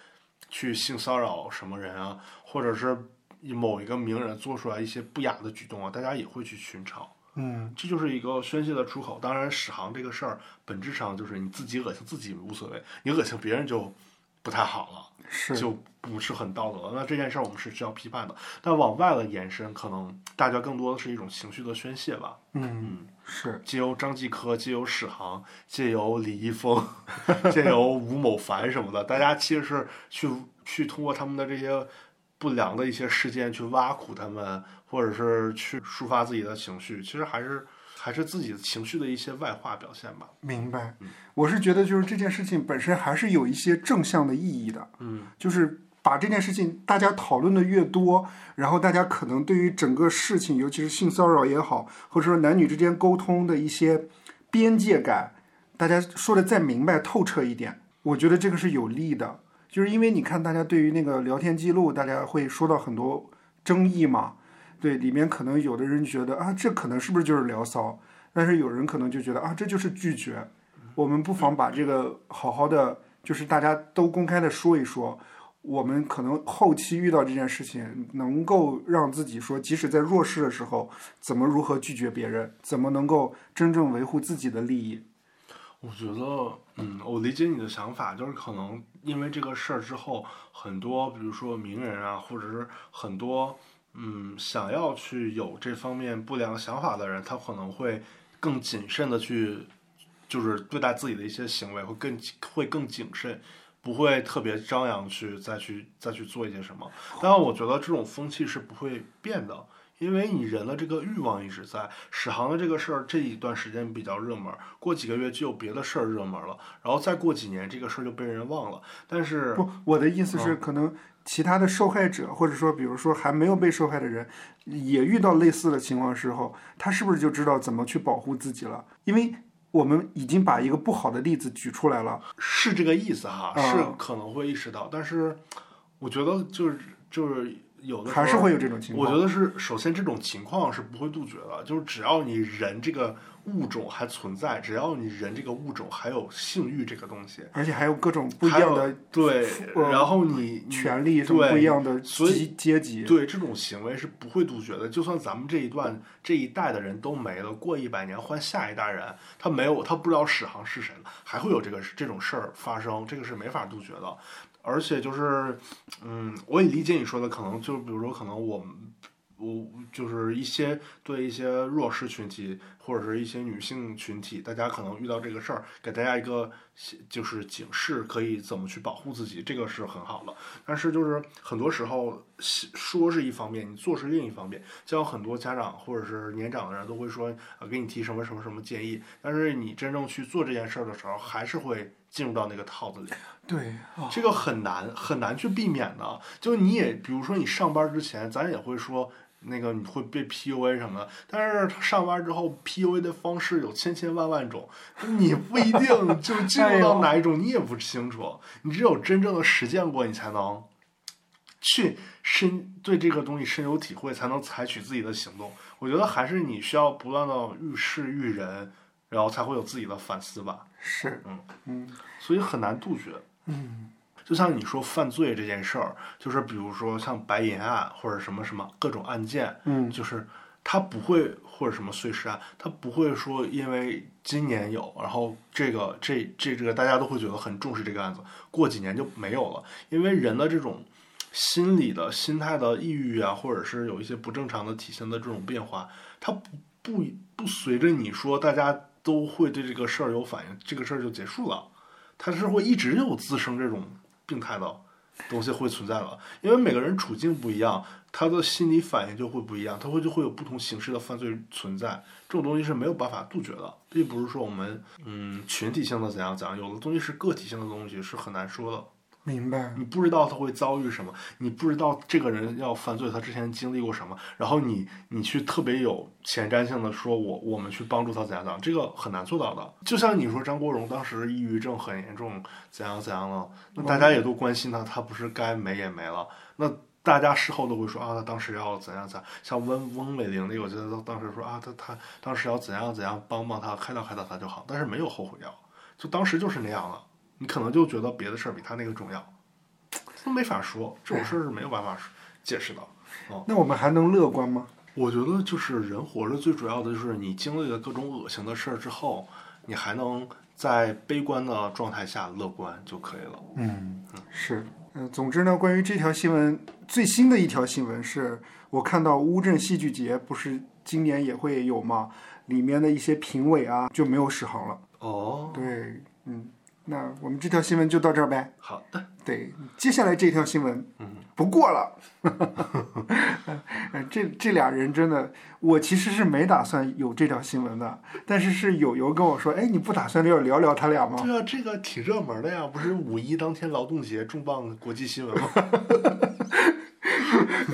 [SPEAKER 2] 去性骚扰什么人啊，或者是某一个名人做出来一些不雅的举动啊，大家也会去寻常。
[SPEAKER 1] 嗯，
[SPEAKER 2] 这就是一个宣泄的出口。当然，史航这个事儿本质上就是你自己恶心自己无所谓，你恶心别人就不太好了。
[SPEAKER 1] 是
[SPEAKER 2] 就不是很道德。那这件事儿我们是需要批判的，但往外的延伸，可能大家更多的是一种情绪的宣泄吧。
[SPEAKER 1] 嗯是，
[SPEAKER 2] 借由张继科，借由史航，借由李易峰， 借由吴某凡什么的，大家其实是去去通过他们的这些不良的一些事件去挖苦他们，或者是去抒发自己的情绪，其实还是还是自己情绪的一些外化表现吧。
[SPEAKER 1] 明白。我是觉得就是这件事情本身还是有一些正向的意义的，
[SPEAKER 2] 嗯，
[SPEAKER 1] 就是把这件事情大家讨论的越多，然后大家可能对于整个事情，尤其是性骚扰也好，或者说男女之间沟通的一些边界感，大家说的再明白透彻一点，我觉得这个是有利的。就是因为你看，大家对于那个聊天记录，大家会说到很多争议嘛。对，里面可能有的人觉得啊，这可能是不是就是聊骚？但是有人可能就觉得啊，这就是拒绝。我们不妨把这个好好的，就是大家都公开的说一说。我们可能后期遇到这件事情，能够让自己说，即使在弱势的时候，怎么如何拒绝别人，怎么能够真正维护自己的利益。
[SPEAKER 2] 我觉得，嗯，我理解你的想法，就是可能因为这个事儿之后，很多比如说名人啊，或者是很多嗯想要去有这方面不良想法的人，他可能会更谨慎的去，就是对待自己的一些行为会更会更谨慎，不会特别张扬去再去再去做一些什么。当然，我觉得这种风气是不会变的。因为你人的这个欲望一直在，史航的这个事儿这一段时间比较热门，过几个月就有别的事儿热门了，然后再过几年这个事儿就被人忘了。但是
[SPEAKER 1] 不，我的意思是，可能其他的受害者，或者说，比如说还没有被受害的人，也遇到类似的情况的时候，他是不是就知道怎么去保护自己了？因为我们已经把一个不好的例子举出来了。
[SPEAKER 2] 是这个意思哈，
[SPEAKER 1] 嗯
[SPEAKER 2] 是可能会意识到，但是我觉得就是就是有的时候
[SPEAKER 1] 还是会有这种情况
[SPEAKER 2] 我觉得是，首先这种情况是不会杜绝的，就是只要你人这个物种还存在，只要你人这个物种还有性欲这个东西，
[SPEAKER 1] 而且还有各种不一样
[SPEAKER 2] 还
[SPEAKER 1] 的
[SPEAKER 2] 有对，
[SPEAKER 1] 呃
[SPEAKER 2] 然后你你
[SPEAKER 1] 权利，什么
[SPEAKER 2] 对
[SPEAKER 1] 不一样的
[SPEAKER 2] 所以
[SPEAKER 1] 级阶级。
[SPEAKER 2] 对这种行为是不会杜绝的。就算咱们这一段这一代的人都没了，过一百年换下一代人，他没有他不知道史航是谁了，还会有这个这种事儿发生，这个是没法杜绝的。而且就是，嗯，我也理解你说的，可能就是比如说，可能我们我就是一些对一些弱势群体或者是一些女性群体，大家可能遇到这个事儿，给大家一个就是警示，可以怎么去保护自己，这个是很好的。但是就是很多时候说是一方面，你做是另一方面。像很多家长或者是年长的人都会说，呃，给你提什么什么什么建议，但是你真正去做这件事儿的时候，还是会进入到那个套子里。
[SPEAKER 1] 对啊，
[SPEAKER 2] 这个很难很难去避免的。就你也，比如说你上班之前，咱也会说那个你会被 PUA 什么的，但是上班之后 PUA 的方式有千千万万种，你不一定就进入到哪一种，你也不清楚。你只有真正的实践过，你才能 去深对这个东西深有体会，才能采取自己的行动。我觉得还是你需要不断的遇事遇人，然后才会有自己的反思吧。
[SPEAKER 1] 是，嗯
[SPEAKER 2] 所以很难杜绝。
[SPEAKER 1] 嗯，
[SPEAKER 2] 就像你说犯罪这件事儿，就是比如说像白银案或者什么什么各种案件，
[SPEAKER 1] 嗯
[SPEAKER 2] 就是他不会或者什么碎尸案，他不会说因为今年有，然后这个这这这个大家都会觉得很重视这个案子，过几年就没有了，因为人的这种。心理的心态的抑郁啊，或者是有一些不正常的体现的这种变化，它不不不随着你说大家都会对这个事儿有反应，这个事儿就结束了。它是会一直有滋生这种病态的东西会存在的，因为每个人处境不一样，他的心理反应就会不一样，他会就会有不同形式的犯罪存在。这种东西是没有办法杜绝的，并不是说我们嗯群体性的怎样怎样，有的东西是个体性的东西是很难说的。
[SPEAKER 1] 明白。
[SPEAKER 2] 你不知道他会遭遇什么，你不知道这个人要犯罪，他之前经历过什么，然后你你去特别有前瞻性的说我，我们去帮助他怎样怎样，这个很难做到的。就像你说张国荣当时抑郁症很严重，怎样怎样了，那大家也都关心他，他不是该没也没了，那。大家事后都会说啊，他当时要怎样怎样，像温翁美玲那个，我觉得他当时说啊，他他当时要怎样怎样，帮帮他，开导开导他就好，但是没有后悔药，就当时就是那样了。你可能就觉得别的事儿比他那个重要，都没法说，这种事儿是没有办法说解释的。
[SPEAKER 1] 那我们还能乐观吗？
[SPEAKER 2] 我觉得就是人活着最主要的就是你经历了各种恶心的事儿之后，你还能在悲观的状态下乐观就可以了。
[SPEAKER 1] 嗯，是。嗯、总之呢，关于这条新闻，最新的一条新闻是我看到乌镇戏剧节不是今年也会有吗？里面的一些评委啊就没有史航了。
[SPEAKER 2] 哦，
[SPEAKER 1] 对，嗯，那我们这条新闻就到这儿呗。
[SPEAKER 2] 好的，嗯
[SPEAKER 1] 对，接下来这条新闻，不过了。 呃这这俩人真的，我其实是没打算有这条新闻的，但是是友友跟我说，哎，你不打算要聊聊他俩吗？
[SPEAKER 2] 对啊，这个挺热门的呀，不是五一当天劳动节重磅国际新闻吗？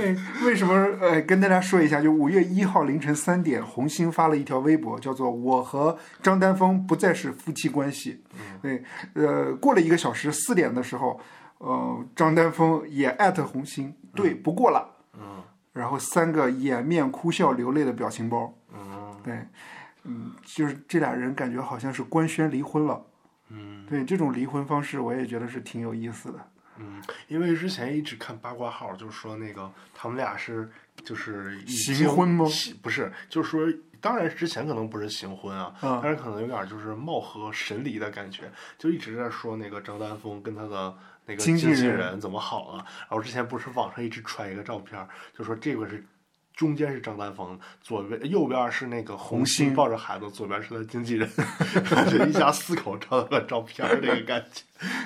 [SPEAKER 1] 哎， 为什么？呃，跟大家说一下，就五月一号凌晨三点，红星发了一条微博，叫做“我和张丹峰不再是夫妻关系”。
[SPEAKER 2] 嗯
[SPEAKER 1] 对，呃，过了一个小时，四点的时候，呃，张丹峰也艾特红星，对，不过了。
[SPEAKER 2] 嗯
[SPEAKER 1] 然后三个掩面哭笑流泪的表情包。
[SPEAKER 2] 嗯
[SPEAKER 1] 对，嗯，就是这俩人感觉好像是官宣离婚了。
[SPEAKER 2] 嗯
[SPEAKER 1] 对，这种离婚方式我也觉得是挺有意思的。
[SPEAKER 2] 嗯，因为之前一直看八卦号，就是说那个他们俩是就是已
[SPEAKER 1] 行
[SPEAKER 2] 经
[SPEAKER 1] 婚吗
[SPEAKER 2] 喜不是，就是说，当然之前可能不是行婚啊，
[SPEAKER 1] 嗯
[SPEAKER 2] 但是可能有点就是貌合神离的感觉，就一直在说那个张丹峰跟他的那个
[SPEAKER 1] 经
[SPEAKER 2] 经
[SPEAKER 1] 纪
[SPEAKER 2] 纪
[SPEAKER 1] 人
[SPEAKER 2] 人怎么好了。然后之前不是网上一直传一个照片，就说这个是中间是张丹峰，左边右边是那个红
[SPEAKER 1] 星
[SPEAKER 2] 星抱着孩子，左边是他经纪人， 就一家四口照了个照片儿那个感觉。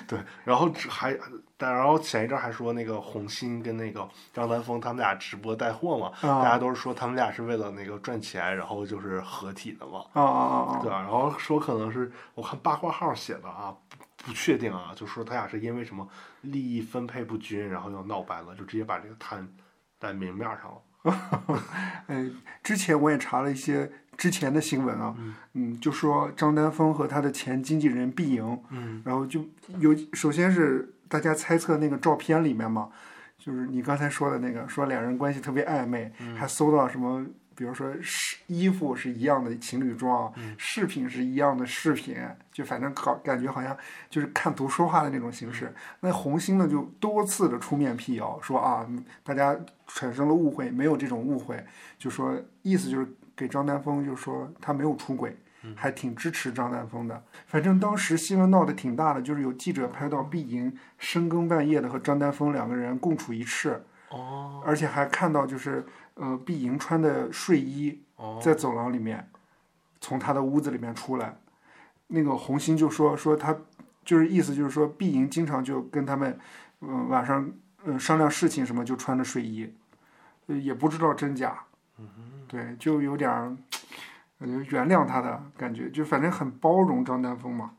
[SPEAKER 2] 对，然后只还。但然后前一阵儿还说那个红星跟那个张丹峰他们俩直播带货嘛，
[SPEAKER 1] 啊
[SPEAKER 2] 大家都是说他们俩是为了那个赚钱，然后就是合体的嘛。
[SPEAKER 1] 啊啊啊啊！
[SPEAKER 2] 对啊，然后说可能是我看八卦号写的啊，不不确定啊，就说他俩是因为什么利益分配不均，然后又闹掰了，就直接把这个摊在明面上了。
[SPEAKER 1] 呃，之前我也查了一些之前的新闻啊，嗯，就说张丹峰和他的前经纪人毕莹，
[SPEAKER 2] 嗯，
[SPEAKER 1] 然后就有首先是大家猜测那个照片里面嘛，就是你刚才说的那个，说两人关系特别暧昧，还搜到什么，比如说是衣服是一样的情侣装，饰品是一样的饰品，就反正搞感觉好像就是看图说话的那种形式。那红星呢就多次的出面辟谣，说啊大家产生了误会，没有这种误会，就说意思就是给张丹峰就说他没有出轨，还挺支持张三丰的。反正当时新闻闹得挺大的，就是有记者拍到毕莹深更半夜的和张丹峰两个人共处一室，
[SPEAKER 2] 哦
[SPEAKER 1] 而且还看到就是呃毕莹穿的睡衣
[SPEAKER 2] 哦，
[SPEAKER 1] 在走廊里面，从他的屋子里面出来。那个红星就说说他就是意思就是说毕莹经常就跟他们嗯、呃晚上嗯、呃商量事情什么就穿着睡衣，呃也不知道真假，对，就有点儿我觉得原谅他的感觉，就反正很包容张丹峰嘛。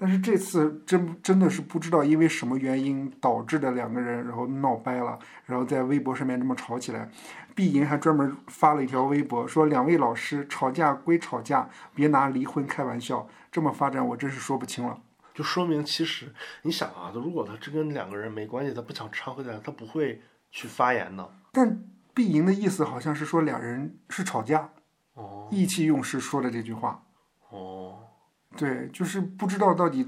[SPEAKER 1] 但是这次真真的是不知道因为什么原因导致的两个人，然后闹掰了，然后在微博上面这么吵起来。毕莹还专门发了一条微博，说两位老师吵架归吵架，别拿离婚开玩笑，这么发展我真是说不清了。
[SPEAKER 2] 就说明其实你想啊，如果他真跟两个人没关系，他不想掺和进来，他不会去发言的。
[SPEAKER 1] 毕莹的意思好像是说俩人是吵架，
[SPEAKER 2] 哦
[SPEAKER 1] 意气用事说的这句话。
[SPEAKER 2] 哦，
[SPEAKER 1] 对，就是不知道到底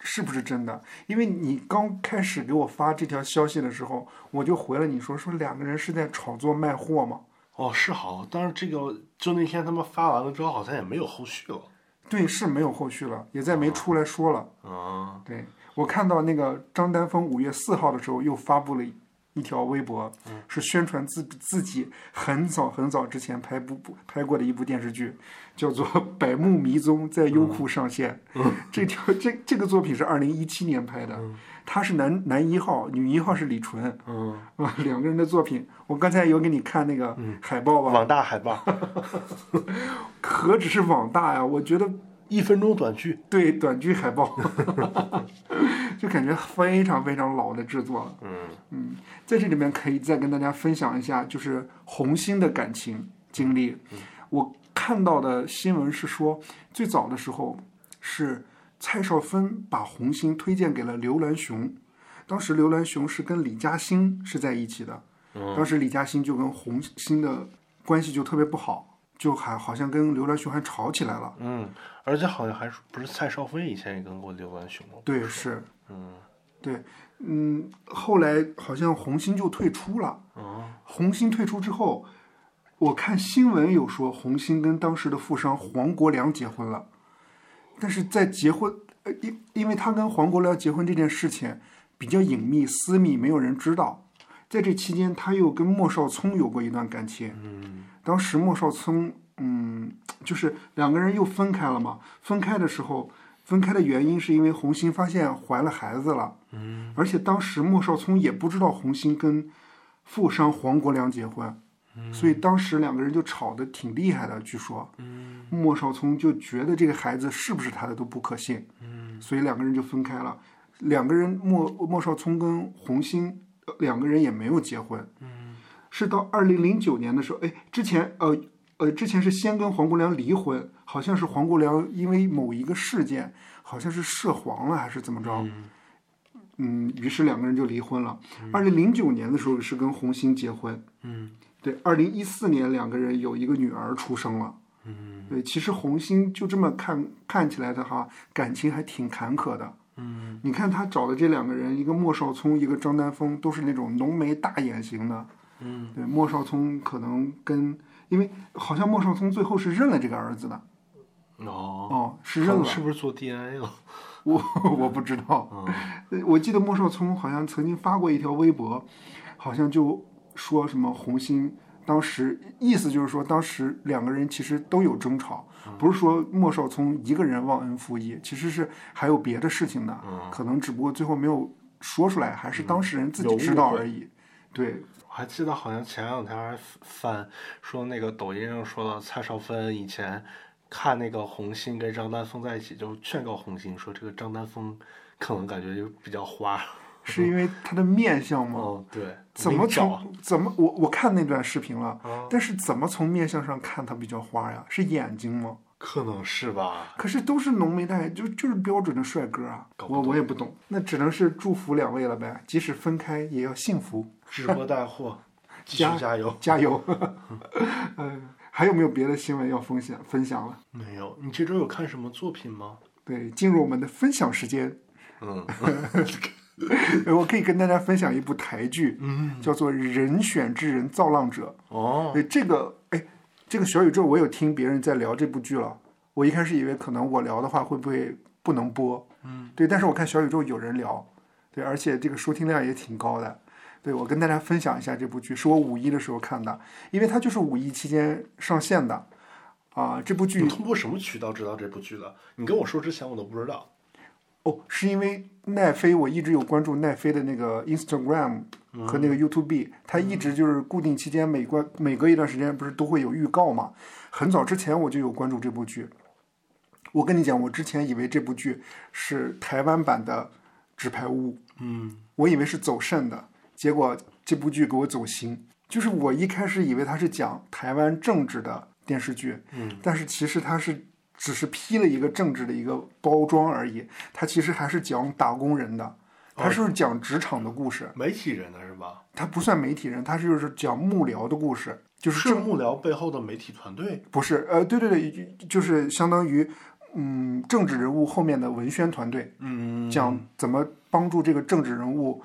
[SPEAKER 1] 是不是真的，因为你刚开始给我发这条消息的时候，我就回了你说说两个人是在炒作卖货嘛？
[SPEAKER 2] 哦是好，但是这个就那天他们发完了之后，好像也没有后续了。
[SPEAKER 1] 对，是没有后续了，也再没出来说了。
[SPEAKER 2] 啊，
[SPEAKER 1] 对我看到那个张丹峰五月四号的时候又发布了一条微博，
[SPEAKER 2] 嗯
[SPEAKER 1] 是宣传自自己很早很早之前拍部拍过的一部电视剧，叫做《百慕迷踪》，在优酷上线。
[SPEAKER 2] 嗯
[SPEAKER 1] 这条这这个作品是二零一七年拍的，他是男男一号，女一号是李纯
[SPEAKER 2] 嗯，
[SPEAKER 1] 啊， 两个人的作品。我刚才有给你看那个海报吧，
[SPEAKER 2] 网大海报，
[SPEAKER 1] 何止是网大呀，我觉得
[SPEAKER 2] 一分钟短剧。
[SPEAKER 1] 对短剧海报， 就感觉非常非常老的制作了。
[SPEAKER 2] 嗯
[SPEAKER 1] 嗯，在这里面可以再跟大家分享一下，就是红星的感情经历。我看到的新闻是说，最早的时候是蔡少芬把红星推荐给了刘銮雄，当时刘銮雄是跟李嘉欣是在一起的，当时李嘉欣就跟红星的关系就特别不好，就还好像跟刘銮雄还吵起来了。
[SPEAKER 2] 嗯，而且好像还是不是蔡少芬以前也跟过刘銮雄吗？
[SPEAKER 1] 对，是，嗯，对，嗯，后来好像红星就退出了。
[SPEAKER 2] 啊，
[SPEAKER 1] 红星退出之后，我看新闻有说红星跟当时的富商黄国良结婚了，但是在结婚，呃，因因为他跟黄国良结婚这件事情比较隐秘私密，没有人知道。在这期间，他又跟莫少聪有过一段感情。
[SPEAKER 2] 嗯，
[SPEAKER 1] 当时莫少聪，嗯，就是两个人又分开了嘛。分开的时候，分开的原因是因为红星发现怀了孩子了，嗯，而且当时莫少聪也不知道红星跟富商黄国良结婚，所以当时两个人就吵得挺厉害的。据说，莫少聪就觉得这个孩子是不是他的都不可信，所以两个人就分开了。两个人莫莫少聪跟红星呃两个人也没有结婚，是到二零零九年的时候，哎，之前呃呃，之前是先跟黄国良离婚，好像是黄国良因为某一个事件，好像是涉黄了还是怎么着，嗯，于是两个人就离婚了。二零零九年的时候是跟红星结婚，
[SPEAKER 2] 嗯，
[SPEAKER 1] 对，二零一四年两个人有一个女儿出生了。嗯，对，其实红星就这么看看起来的哈，感情还挺坎坷的。嗯，你看他找的这两个人，一个莫少聪，一个张丹峰，都是那种浓眉大眼型的。对，莫少聪可能跟，因为好像莫少聪最后是认了这个儿子的，
[SPEAKER 2] 哦，
[SPEAKER 1] 哦，是认了，
[SPEAKER 2] 是不嗯是做 DNA 了？
[SPEAKER 1] 我 我不知道，呃我记得莫少聪好像曾经发过一条微博，好像就说什么红星。当时意思就是说，当时两个人其实都有争吵，
[SPEAKER 2] 嗯
[SPEAKER 1] 不是说莫少聪一个人忘恩负义，其实是还有别的事情的，
[SPEAKER 2] 嗯
[SPEAKER 1] 可能只不过最后没有说出来，还是当事人自己
[SPEAKER 2] 有
[SPEAKER 1] 知
[SPEAKER 2] 误
[SPEAKER 1] 道
[SPEAKER 2] 会嗯
[SPEAKER 1] 而已。对，
[SPEAKER 2] 我还记得好像前两天还翻说那个抖音上说到蔡少芬以前看那个红星跟张丹峰在一起，就劝告红星说这个张丹峰可能感觉就比较花。
[SPEAKER 1] 是因为他的面相吗？
[SPEAKER 2] 哦， 对，
[SPEAKER 1] 怎么
[SPEAKER 2] 找？
[SPEAKER 1] 从怎么我我看那段视频了，
[SPEAKER 2] 啊，
[SPEAKER 1] 但是怎么从面相上看他比较花呀？是眼睛吗？
[SPEAKER 2] 可能是吧。
[SPEAKER 1] 可是都是浓眉大眼，就就是标准的帅哥啊！
[SPEAKER 2] 搞不
[SPEAKER 1] 我我也不懂，那只能是祝福两位了呗，即使分开也要幸福，
[SPEAKER 2] 直播带 货，继续
[SPEAKER 1] 加
[SPEAKER 2] 加油。
[SPEAKER 1] 加 油！嗯，还有没有别的新闻要分享分享了？
[SPEAKER 2] 没有，你这周有看什么作品吗？
[SPEAKER 1] 对，进入我们的分享时间，
[SPEAKER 2] 嗯，
[SPEAKER 1] 呃我可以跟大家分享一部台剧，
[SPEAKER 2] 嗯
[SPEAKER 1] 叫做《人选之人造浪者》。
[SPEAKER 2] 哦，
[SPEAKER 1] 对这个，哎，这个小宇宙，我有听别人在聊这部剧了，我一开始以为可能我聊的话会不会不能播，嗯，对，但是我看小宇宙有人聊，对，而且这个收听量也挺高的。对，我跟大家分享一下这部剧，是我五一的时候看的，因为它就是五一期间上线的，啊、这部剧
[SPEAKER 2] 你通过什么渠道知道这部剧的？你跟我说之前我都不知道。
[SPEAKER 1] 哦，是因为奈飞，我一直有关注奈飞的那个 Instagram 和那个 YouTube，、它一直就是固定期间每关每隔一段时间不是都会有预告嘛？很早之前我就有关注这部剧。我跟你讲，我之前以为这部剧是台湾版的《纸牌屋》，
[SPEAKER 2] 嗯，
[SPEAKER 1] 我以为是走肾的，结果这部剧给我走心。就是我一开始以为它是讲台湾政治的电视剧，
[SPEAKER 2] 嗯，
[SPEAKER 1] 但是其实它是只是披了一个政治的一个包装而已，它其实还是讲打工人的，
[SPEAKER 2] 哦
[SPEAKER 1] 它是讲职场的故事，
[SPEAKER 2] 媒体人呢是吧？
[SPEAKER 1] 它不算媒体人，它就是讲幕僚的故事，就是
[SPEAKER 2] 是
[SPEAKER 1] 政
[SPEAKER 2] 幕僚背后的媒体团队。
[SPEAKER 1] 不是呃，对对对，就是相当于嗯政治人物后面的文宣团队，
[SPEAKER 2] 嗯，
[SPEAKER 1] 讲怎么帮助这个政治人物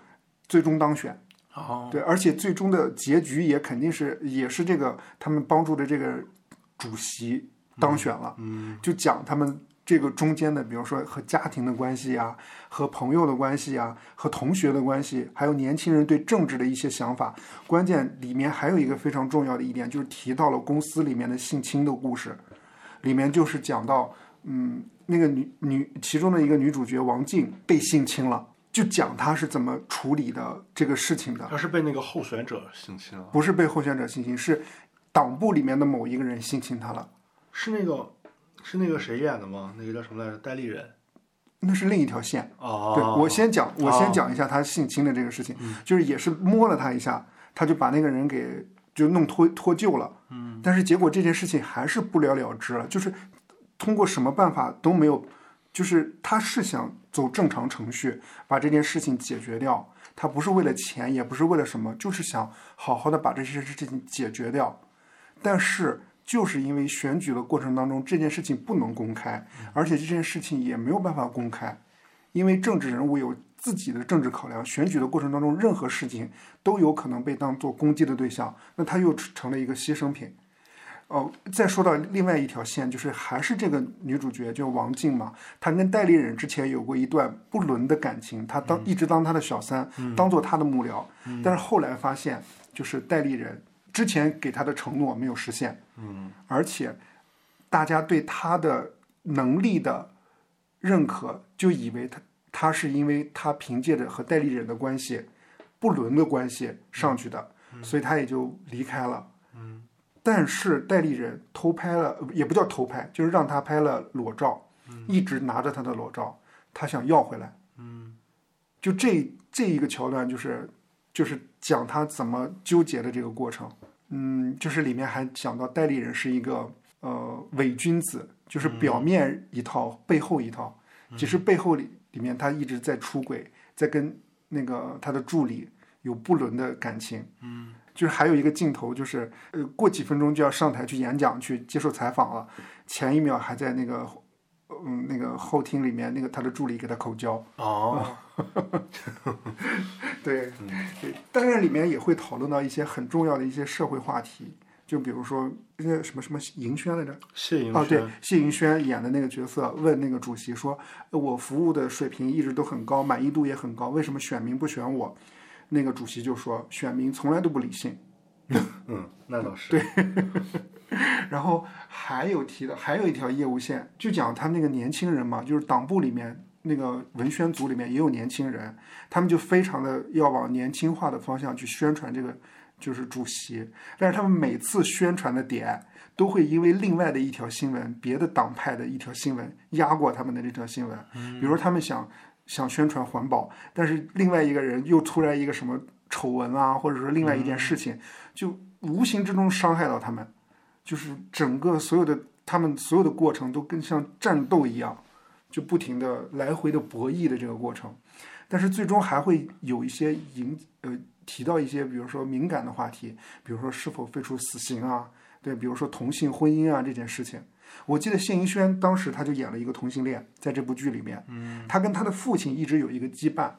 [SPEAKER 1] 最终当选。
[SPEAKER 2] 哦，
[SPEAKER 1] 对，而且最终的结局也肯定是也是这个他们帮助的这个主席当选了，
[SPEAKER 2] 嗯，
[SPEAKER 1] 就讲他们这个中间的，比如说和家庭的关系呀、和朋友的关系呀、和同学的关系，还有年轻人对政治的一些想法。关键里面还有一个非常重要的一点，就是提到了公司里面的性侵的故事，里面就是讲到，嗯，那个女女其中的一个女主角王静被性侵了。就讲她是怎么处理的这个事情的，
[SPEAKER 2] 他是被那个候选者性侵了，
[SPEAKER 1] 不是被候选者性侵，是党部里面的某一个人性侵他了，
[SPEAKER 2] 是那个是那个谁演的吗？那个叫什么来着？戴立人。
[SPEAKER 1] 那是另一条线。
[SPEAKER 2] 哦，
[SPEAKER 1] 对我先讲，我先
[SPEAKER 2] 哦嗯
[SPEAKER 1] 讲一下他性侵的这个事情，就是也是摸了他一下，他就把那个人给就弄脱脱臼了。嗯，但是结果这件事情还是不了了之了，就是通过什么办法都没有，就是他是想走正常程序把这件事情解决掉，他不是为了钱，也不是为了什么，就是想好好的把这些事情解决掉。但是就是因为选举的过程当中，这件事情不能公开，
[SPEAKER 2] 嗯
[SPEAKER 1] 而且这件事情也没有办法公开。因为政治人物有自己的政治考量，选举的过程当中，任何事情都有可能被当做攻击的对象，那他又成成了一个牺牲品。哦，再说到另外一条线，就是还是这个女主角，就王静嘛，她跟戴立忍之前有过一段不伦的感情，她当、一直当她的小三，当做她的幕僚，但是后来发现，就是戴立忍之前给她的承诺没有实现，嗯，而且大家对她的能力的认可，就以为他他是因为他凭借着和代理人的关系、不伦的关系上去的，所以他也就离开了。但是代理人偷拍了，呃也不叫偷拍，就是让他拍了裸照，一直拿着他的裸照，他想要回来。就这这一个桥段，就是就是讲他怎么纠结的这个过程。嗯，就是里面还讲到代理人是一个呃伪君子，就是表面一套，背后一套。其实背后里里面他一直在出轨，在跟那个他的助理有不伦的感情。嗯，就是还有一个镜头，就是呃过几分钟就要上台去演讲去接受采访了，前一秒还在那个嗯那个后厅里面，那个他的助理给他口交。
[SPEAKER 2] 哦，
[SPEAKER 1] 对，对，当然里面也会讨论到一些很重要的一些社会话题，就比如说那个什么什么银轩来着，
[SPEAKER 2] 谢颖
[SPEAKER 1] 哦，对，谢盈萱演的那个角色问那个主席说：“呃我服务的水平一直都很高，满意度也很高，为什么选民不选我？”那个主席就说：“选民从来都不理性。”
[SPEAKER 2] 嗯，那倒是对，
[SPEAKER 1] 然后还有提的，还有一条业务线，就讲他那个年轻人嘛，就是党部里面那个文宣组里面也有年轻人，他们就非常的要往年轻化的方向去宣传这个就是主席，但是他们每次宣传的点都会因为另外的一条新闻，别的党派的一条新闻压过他们的这条新闻，比如说他们想想宣传环保，但是另外一个人又出来一个什么丑闻啊，或者说另外一件事情，就无形之中伤害到他们。就是整个所有的他们所有的过程都跟像战斗一样，就不停的来回的博弈的这个过程，但是最终还会有一些引呃提到一些比如说敏感的话题，比如说是否废除死刑啊，对，比如说同性婚姻啊这件事情。我记得谢盈萱当时她就演了一个同性恋，在这部剧里面，嗯，她跟她的父亲一直有一个羁绊，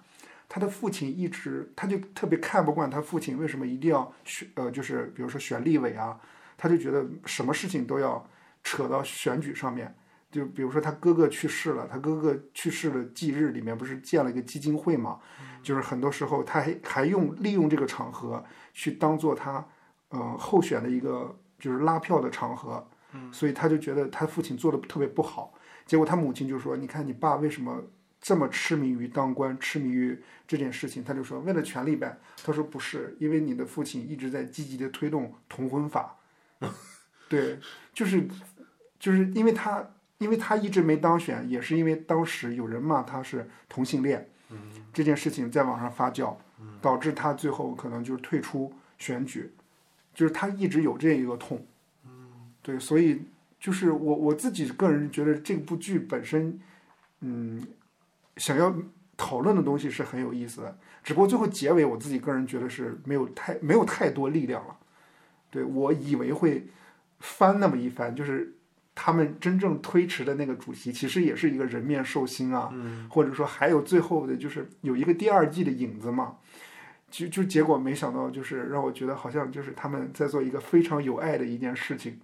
[SPEAKER 1] 她的父亲一直，她就特别看不惯她父亲为什么一定要选呃，就是比如说选立委啊，他就觉得什么事情都要扯到选举上面。就比如说他哥哥去世了，他哥哥去世的忌日里面不是建了一个基金会嘛？就是很多时候他还还用利用这个场合去当做他呃候选的一个就是拉票的场合，所以他就觉得他父亲做的特别不好。结果他母亲就说：“你看你爸为什么这么痴迷于当官，痴迷于这件事情？”他就说：“为了权力呗。”他说：“不是，因为你的父亲一直在积极的推动同婚法。”对，就是就是因为他因为他一直没当选，也是因为当时有人骂他是同性恋，这件事情在网上发酵，导致他最后可能就是退出选举，就是他一直有这一个痛，对，所以就是我我自己个人觉得这部剧本身，嗯，想要讨论的东西是很有意思的，只不过最后结尾我自己个人觉得是没有太没有太多力量了，对我以为会翻那么一番，就是他们真正推迟的那个主题，其实也是一个人面兽心啊，
[SPEAKER 2] 嗯
[SPEAKER 1] 或者说还有最后的就是有一个第二季的影子嘛。就就结果没想到，就是让我觉得好像就是他们在做一个非常有爱的一件事情。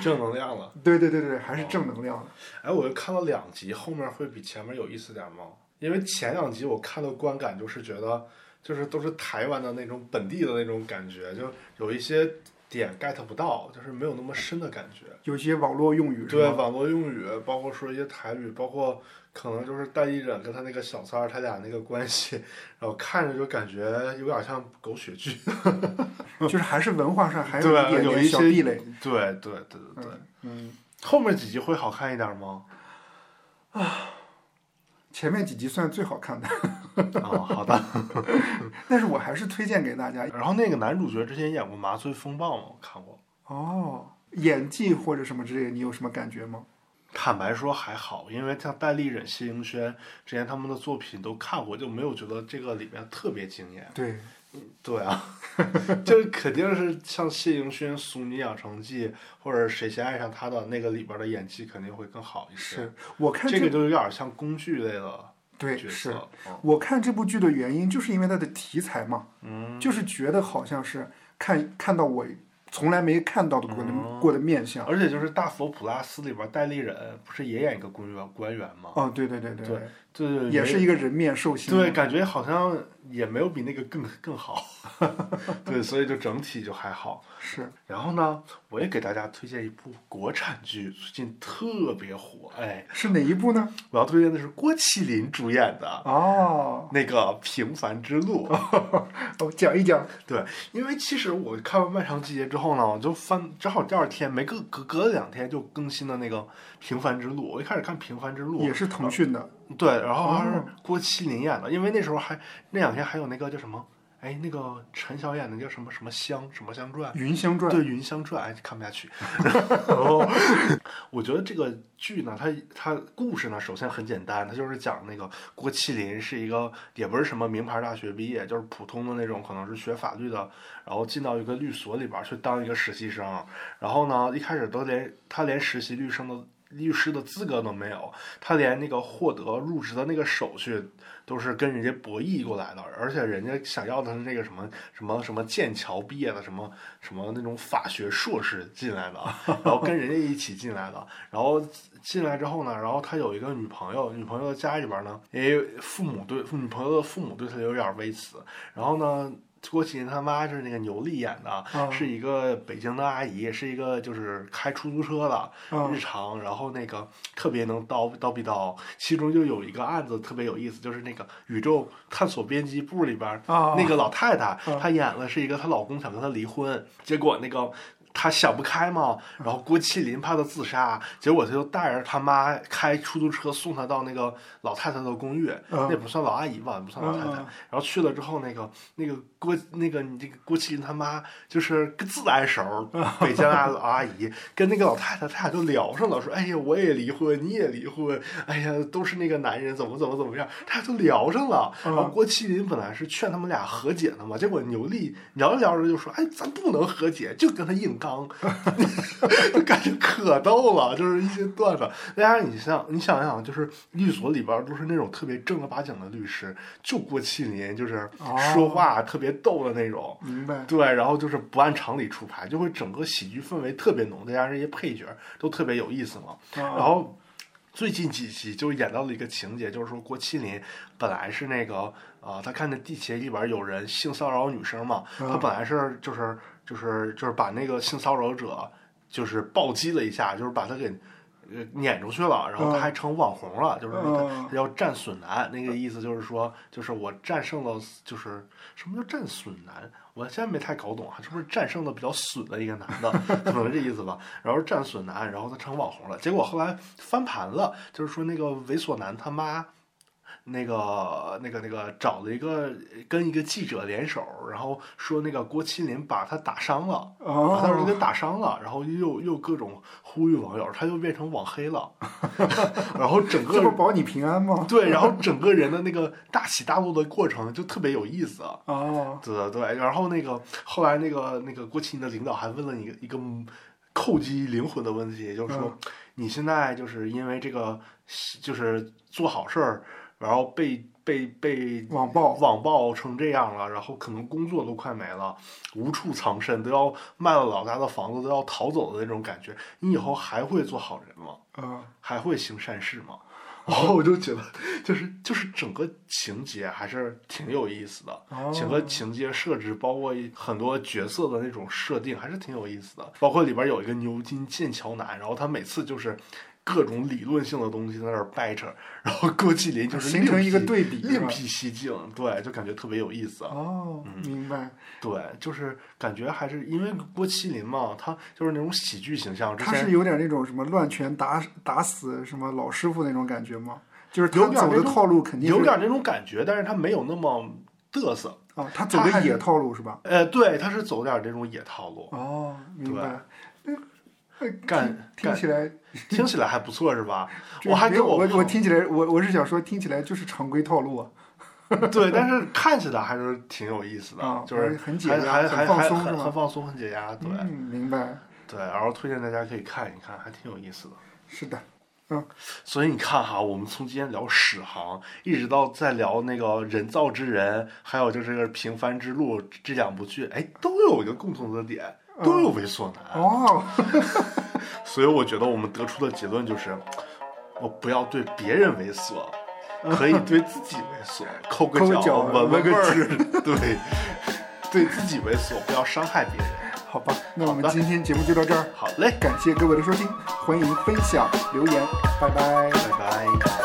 [SPEAKER 2] 正能量了。
[SPEAKER 1] 对对对对，还是正能量的。
[SPEAKER 2] 哎，我又看了两集，后面会比前面有意思点吗？因为前两集我看的观感就是觉得，就是都是台湾的那种本地的那种感觉，就有一些点 get 不到，就是没有那么深的感觉。
[SPEAKER 1] 有些网络用语是
[SPEAKER 2] 对
[SPEAKER 1] 吧？
[SPEAKER 2] 网络用语，包括说一些台语，包括可能就是戴一忍跟他那个小三儿他俩那个关系，然后看着就感觉有点像狗血剧。
[SPEAKER 1] 就是还是文化上 还有一
[SPEAKER 2] 对，
[SPEAKER 1] 点
[SPEAKER 2] 有
[SPEAKER 1] 点
[SPEAKER 2] 一
[SPEAKER 1] 小
[SPEAKER 2] 些
[SPEAKER 1] 壁垒。
[SPEAKER 2] 对对对对对，
[SPEAKER 1] 嗯，
[SPEAKER 2] 后面几集会好看一点 吗？
[SPEAKER 1] 前面几集算最好看的，
[SPEAKER 2] 哦，好的。
[SPEAKER 1] 但是我还是推荐给大家。
[SPEAKER 2] 然后那个男主角之前演过《麻醉风暴》吗？我看过。
[SPEAKER 1] 哦，演技或者什么之类的，你有什么感觉吗？
[SPEAKER 2] 坦白说还好，因为像戴立忍、谢盈萱之前他们的作品都看过，就没有觉得这个里面特别惊艳。
[SPEAKER 1] 对，
[SPEAKER 2] 对啊， 就肯定是像谢盈萱《俗女养成记》或者《谁先爱上他的》那个里边的演技肯定会更好一些。
[SPEAKER 1] 是我看
[SPEAKER 2] 这
[SPEAKER 1] 这
[SPEAKER 2] 个就有点像工具类的
[SPEAKER 1] 对
[SPEAKER 2] 角
[SPEAKER 1] 是
[SPEAKER 2] 色。嗯
[SPEAKER 1] 我看这部剧的原因，就是因为它的题材嘛，
[SPEAKER 2] 嗯，
[SPEAKER 1] 就是觉得好像是看看到我从来没看到的过的、
[SPEAKER 2] 嗯
[SPEAKER 1] 过的面相。
[SPEAKER 2] 而且就是《大佛普拉斯》里边戴立忍不是也演一个官员官员吗？
[SPEAKER 1] 哦，对对对对，
[SPEAKER 2] 对对对，
[SPEAKER 1] 也
[SPEAKER 2] 没
[SPEAKER 1] 是一个人面兽心。
[SPEAKER 2] 对，感觉好像也没有比那个更 更好，对，所以就整体就还好。
[SPEAKER 1] 是
[SPEAKER 2] 然后呢，我也给大家推荐一部国产剧，最近特别火，哎，
[SPEAKER 1] 是哪一部呢？
[SPEAKER 2] 我要推荐的是郭麒麟主演的
[SPEAKER 1] 哦，
[SPEAKER 2] 那个《平凡之路》。
[SPEAKER 1] 哦，讲一讲。
[SPEAKER 2] 对，因为其实我看完《漫长季节》之后呢，我就翻，正好第二天没隔隔隔了两天就更新的那个《平凡之路》，我一开始看《平凡之路》
[SPEAKER 1] 也是腾讯的，
[SPEAKER 2] 对，然后还是
[SPEAKER 1] 哦
[SPEAKER 2] 郭麒麟演的，因为那时候还那两天还有那个叫什么，哎，那个陈晓演的叫什么什么香什么香传。
[SPEAKER 1] 《云香传》
[SPEAKER 2] 对《云香传》，哎，看不下去。然后我觉得这个剧呢，它它故事呢，首先很简单，它就是讲那个郭麒麟是一个也不是什么名牌大学毕业，就是普通的那种，可能是学法律的，然后进到一个律所里边儿去当一个实习生。然后呢，一开始都连他连实习律生的律师的资格都没有，他连那个获得入职的那个手续都是跟人家博弈过来的，而且人家想要的是那个什么什么什么剑桥毕业的什么什么那种法学硕士进来的，然后跟人家一起进来的，然后进来之后呢，然后他有一个女朋友，女朋友的家里边呢，也有父母对女朋友的父母对他有点微词，然后呢。郭麒麟他妈是那个牛莉演的，
[SPEAKER 1] 嗯
[SPEAKER 2] 是一个北京的阿姨，是一个就是开出租车的，日
[SPEAKER 1] 嗯
[SPEAKER 2] 常，然后那个特别能叨叨逼叨，其中就有一个案子特别有意思，就是那个宇宙探索编辑部里边儿、
[SPEAKER 1] 啊
[SPEAKER 2] 那个老太太，
[SPEAKER 1] 啊
[SPEAKER 2] 她演了是一个她老公想跟她离婚，结果那个。她想不开嘛，然后郭麒麟怕她自杀，结果他就带着他妈开出租车送她到那个老太太的公寓，
[SPEAKER 1] 嗯
[SPEAKER 2] 那不算老阿姨吧，不算老太太
[SPEAKER 1] 嗯。
[SPEAKER 2] 然后去了之后，那个那个郭那个你这个郭麒麟他妈就是个自来 熟儿，北京阿老阿姨跟那个老太太，他俩就聊上了，说哎呀我也离婚，你也离婚，哎呀都是那个男人怎么怎么怎么样，他俩就聊上了。然后
[SPEAKER 1] 嗯
[SPEAKER 2] 郭麒麟本来是劝他们俩和解的嘛，结果牛莉聊着聊着就说哎咱不能和解，就跟他硬 刚，就感觉可逗了，就是一些段子。再加上你像你想想，就是律所里边都是那种特别正儿八经的律师，就郭麒麟就是
[SPEAKER 1] 哦
[SPEAKER 2] 说话特别逗的那种。
[SPEAKER 1] 明白。
[SPEAKER 2] 对，然后就是不按常理出牌，就会整个喜剧氛围特别浓，再加上这些配角都特别有意思嘛。然
[SPEAKER 1] 然
[SPEAKER 2] 后最近几集就演到了一个情节，就是说郭麒麟本来是那个啊、呃他看见地铁里边有人性骚扰女生嘛，他本来是就是就是就是把那个性骚扰者就是暴击了一下，就是把他给。呃撵出去了，然后他还成网红了，就是他
[SPEAKER 1] 嗯
[SPEAKER 2] 他要战损男，那个意思就是说，就是我战胜了，就是什么叫战损男？我现在没太搞懂啊，是不是战胜了比较损的一个男的， 可能这意思吧。然后战损男，然后他成网红了，结果后来翻盘了，就是说那个猥琐男他妈。那个、那个、那个，找了一个跟一个记者联手，然后说那个郭麒麟把他打伤了，把他儿
[SPEAKER 1] 哦，
[SPEAKER 2] 子打伤了，然后又又各种呼吁网友，他又变成网黑 了， 然后整
[SPEAKER 1] 这不
[SPEAKER 2] 个
[SPEAKER 1] 保你平安吗？
[SPEAKER 2] 对，然后整个人的那个大起大落的过程就特别有意思。啊
[SPEAKER 1] 哦，
[SPEAKER 2] 对对对，然后那个后来那个那个郭麒麟的领导还问了一个一个叩击灵魂的问题，就是说、你现在就是因为这个就是做好事儿，然后被被被
[SPEAKER 1] 网暴
[SPEAKER 2] 网暴成这样了，然后可能工作都快没了，无处藏身，都要卖了老家的房子，都要逃走的那种感觉，你以后还会做好人吗？
[SPEAKER 1] 嗯，
[SPEAKER 2] 还会行善事吗？ 然后我就觉得，就是就是整个情节还是挺有意思的，
[SPEAKER 1] 哦
[SPEAKER 2] 整个情节设置，包括很多角色的那种设定，还是挺有意思的。包括里边有一个牛津剑桥男，然后他每次就是各种理论性的东西在那儿掰扯，然后郭麒麟就是
[SPEAKER 1] 形成一个
[SPEAKER 2] 另辟
[SPEAKER 1] 对比是
[SPEAKER 2] 另
[SPEAKER 1] 吧
[SPEAKER 2] 辟蹊径，对，就感觉特别有意思。啊
[SPEAKER 1] 哦，
[SPEAKER 2] 嗯
[SPEAKER 1] 明白。
[SPEAKER 2] 对，就是感觉还是因为郭麒麟嘛，他就是那种喜剧形象，之
[SPEAKER 1] 他
[SPEAKER 2] 前
[SPEAKER 1] 是有点那种什么乱拳打打死什么老师傅那种感觉吗？就是
[SPEAKER 2] 有
[SPEAKER 1] 他
[SPEAKER 2] 点
[SPEAKER 1] 走
[SPEAKER 2] 那
[SPEAKER 1] 的
[SPEAKER 2] 种
[SPEAKER 1] 套路肯定
[SPEAKER 2] 有
[SPEAKER 1] 是
[SPEAKER 2] 点那种感觉，但是他没有那么嘚瑟。
[SPEAKER 1] 啊，他走的野套路是吧？
[SPEAKER 2] 呃，对，他是走点这种野套路，
[SPEAKER 1] 哦，明白。那那
[SPEAKER 2] 干
[SPEAKER 1] 听
[SPEAKER 2] 干
[SPEAKER 1] 起来，
[SPEAKER 2] 听起来还不错，是吧？
[SPEAKER 1] 这
[SPEAKER 2] 我还
[SPEAKER 1] 没有
[SPEAKER 2] 跟
[SPEAKER 1] 我
[SPEAKER 2] 朋
[SPEAKER 1] 我听起来，我我是想说，听起来就是常规套路啊，
[SPEAKER 2] 对，但是看起来还是挺有意思的，
[SPEAKER 1] 啊
[SPEAKER 2] 就是
[SPEAKER 1] 很解
[SPEAKER 2] 还
[SPEAKER 1] 压
[SPEAKER 2] 还
[SPEAKER 1] 很
[SPEAKER 2] 还
[SPEAKER 1] 放
[SPEAKER 2] 还
[SPEAKER 1] 松是
[SPEAKER 2] 很
[SPEAKER 1] 吗
[SPEAKER 2] 很放松，很解压，对、
[SPEAKER 1] 嗯，明白，
[SPEAKER 2] 对。然后推荐大家可以看一看，还挺有意思的。
[SPEAKER 1] 是的，
[SPEAKER 2] 所以你看哈，我们从今天聊史航，一直到在聊那个人造之人，还有就是这个平凡之路这两部剧，哎，都有一个共同的点，都
[SPEAKER 1] 嗯
[SPEAKER 2] 有猥琐男。
[SPEAKER 1] 哦，
[SPEAKER 2] 所以我觉得我们得出的结论就是，我不要对别人猥琐，可以对自己猥琐，抠个
[SPEAKER 1] 抠个
[SPEAKER 2] 脚
[SPEAKER 1] 脚
[SPEAKER 2] 闻闻
[SPEAKER 1] 闻
[SPEAKER 2] 个
[SPEAKER 1] 个
[SPEAKER 2] 味儿，对，对自己猥琐，不要伤害别人。
[SPEAKER 1] 好吧，那我们
[SPEAKER 2] 好的
[SPEAKER 1] 今天节目就到这儿，
[SPEAKER 2] 好嘞，
[SPEAKER 1] 感谢各位的收听，欢迎分享留言，拜拜
[SPEAKER 2] 拜拜。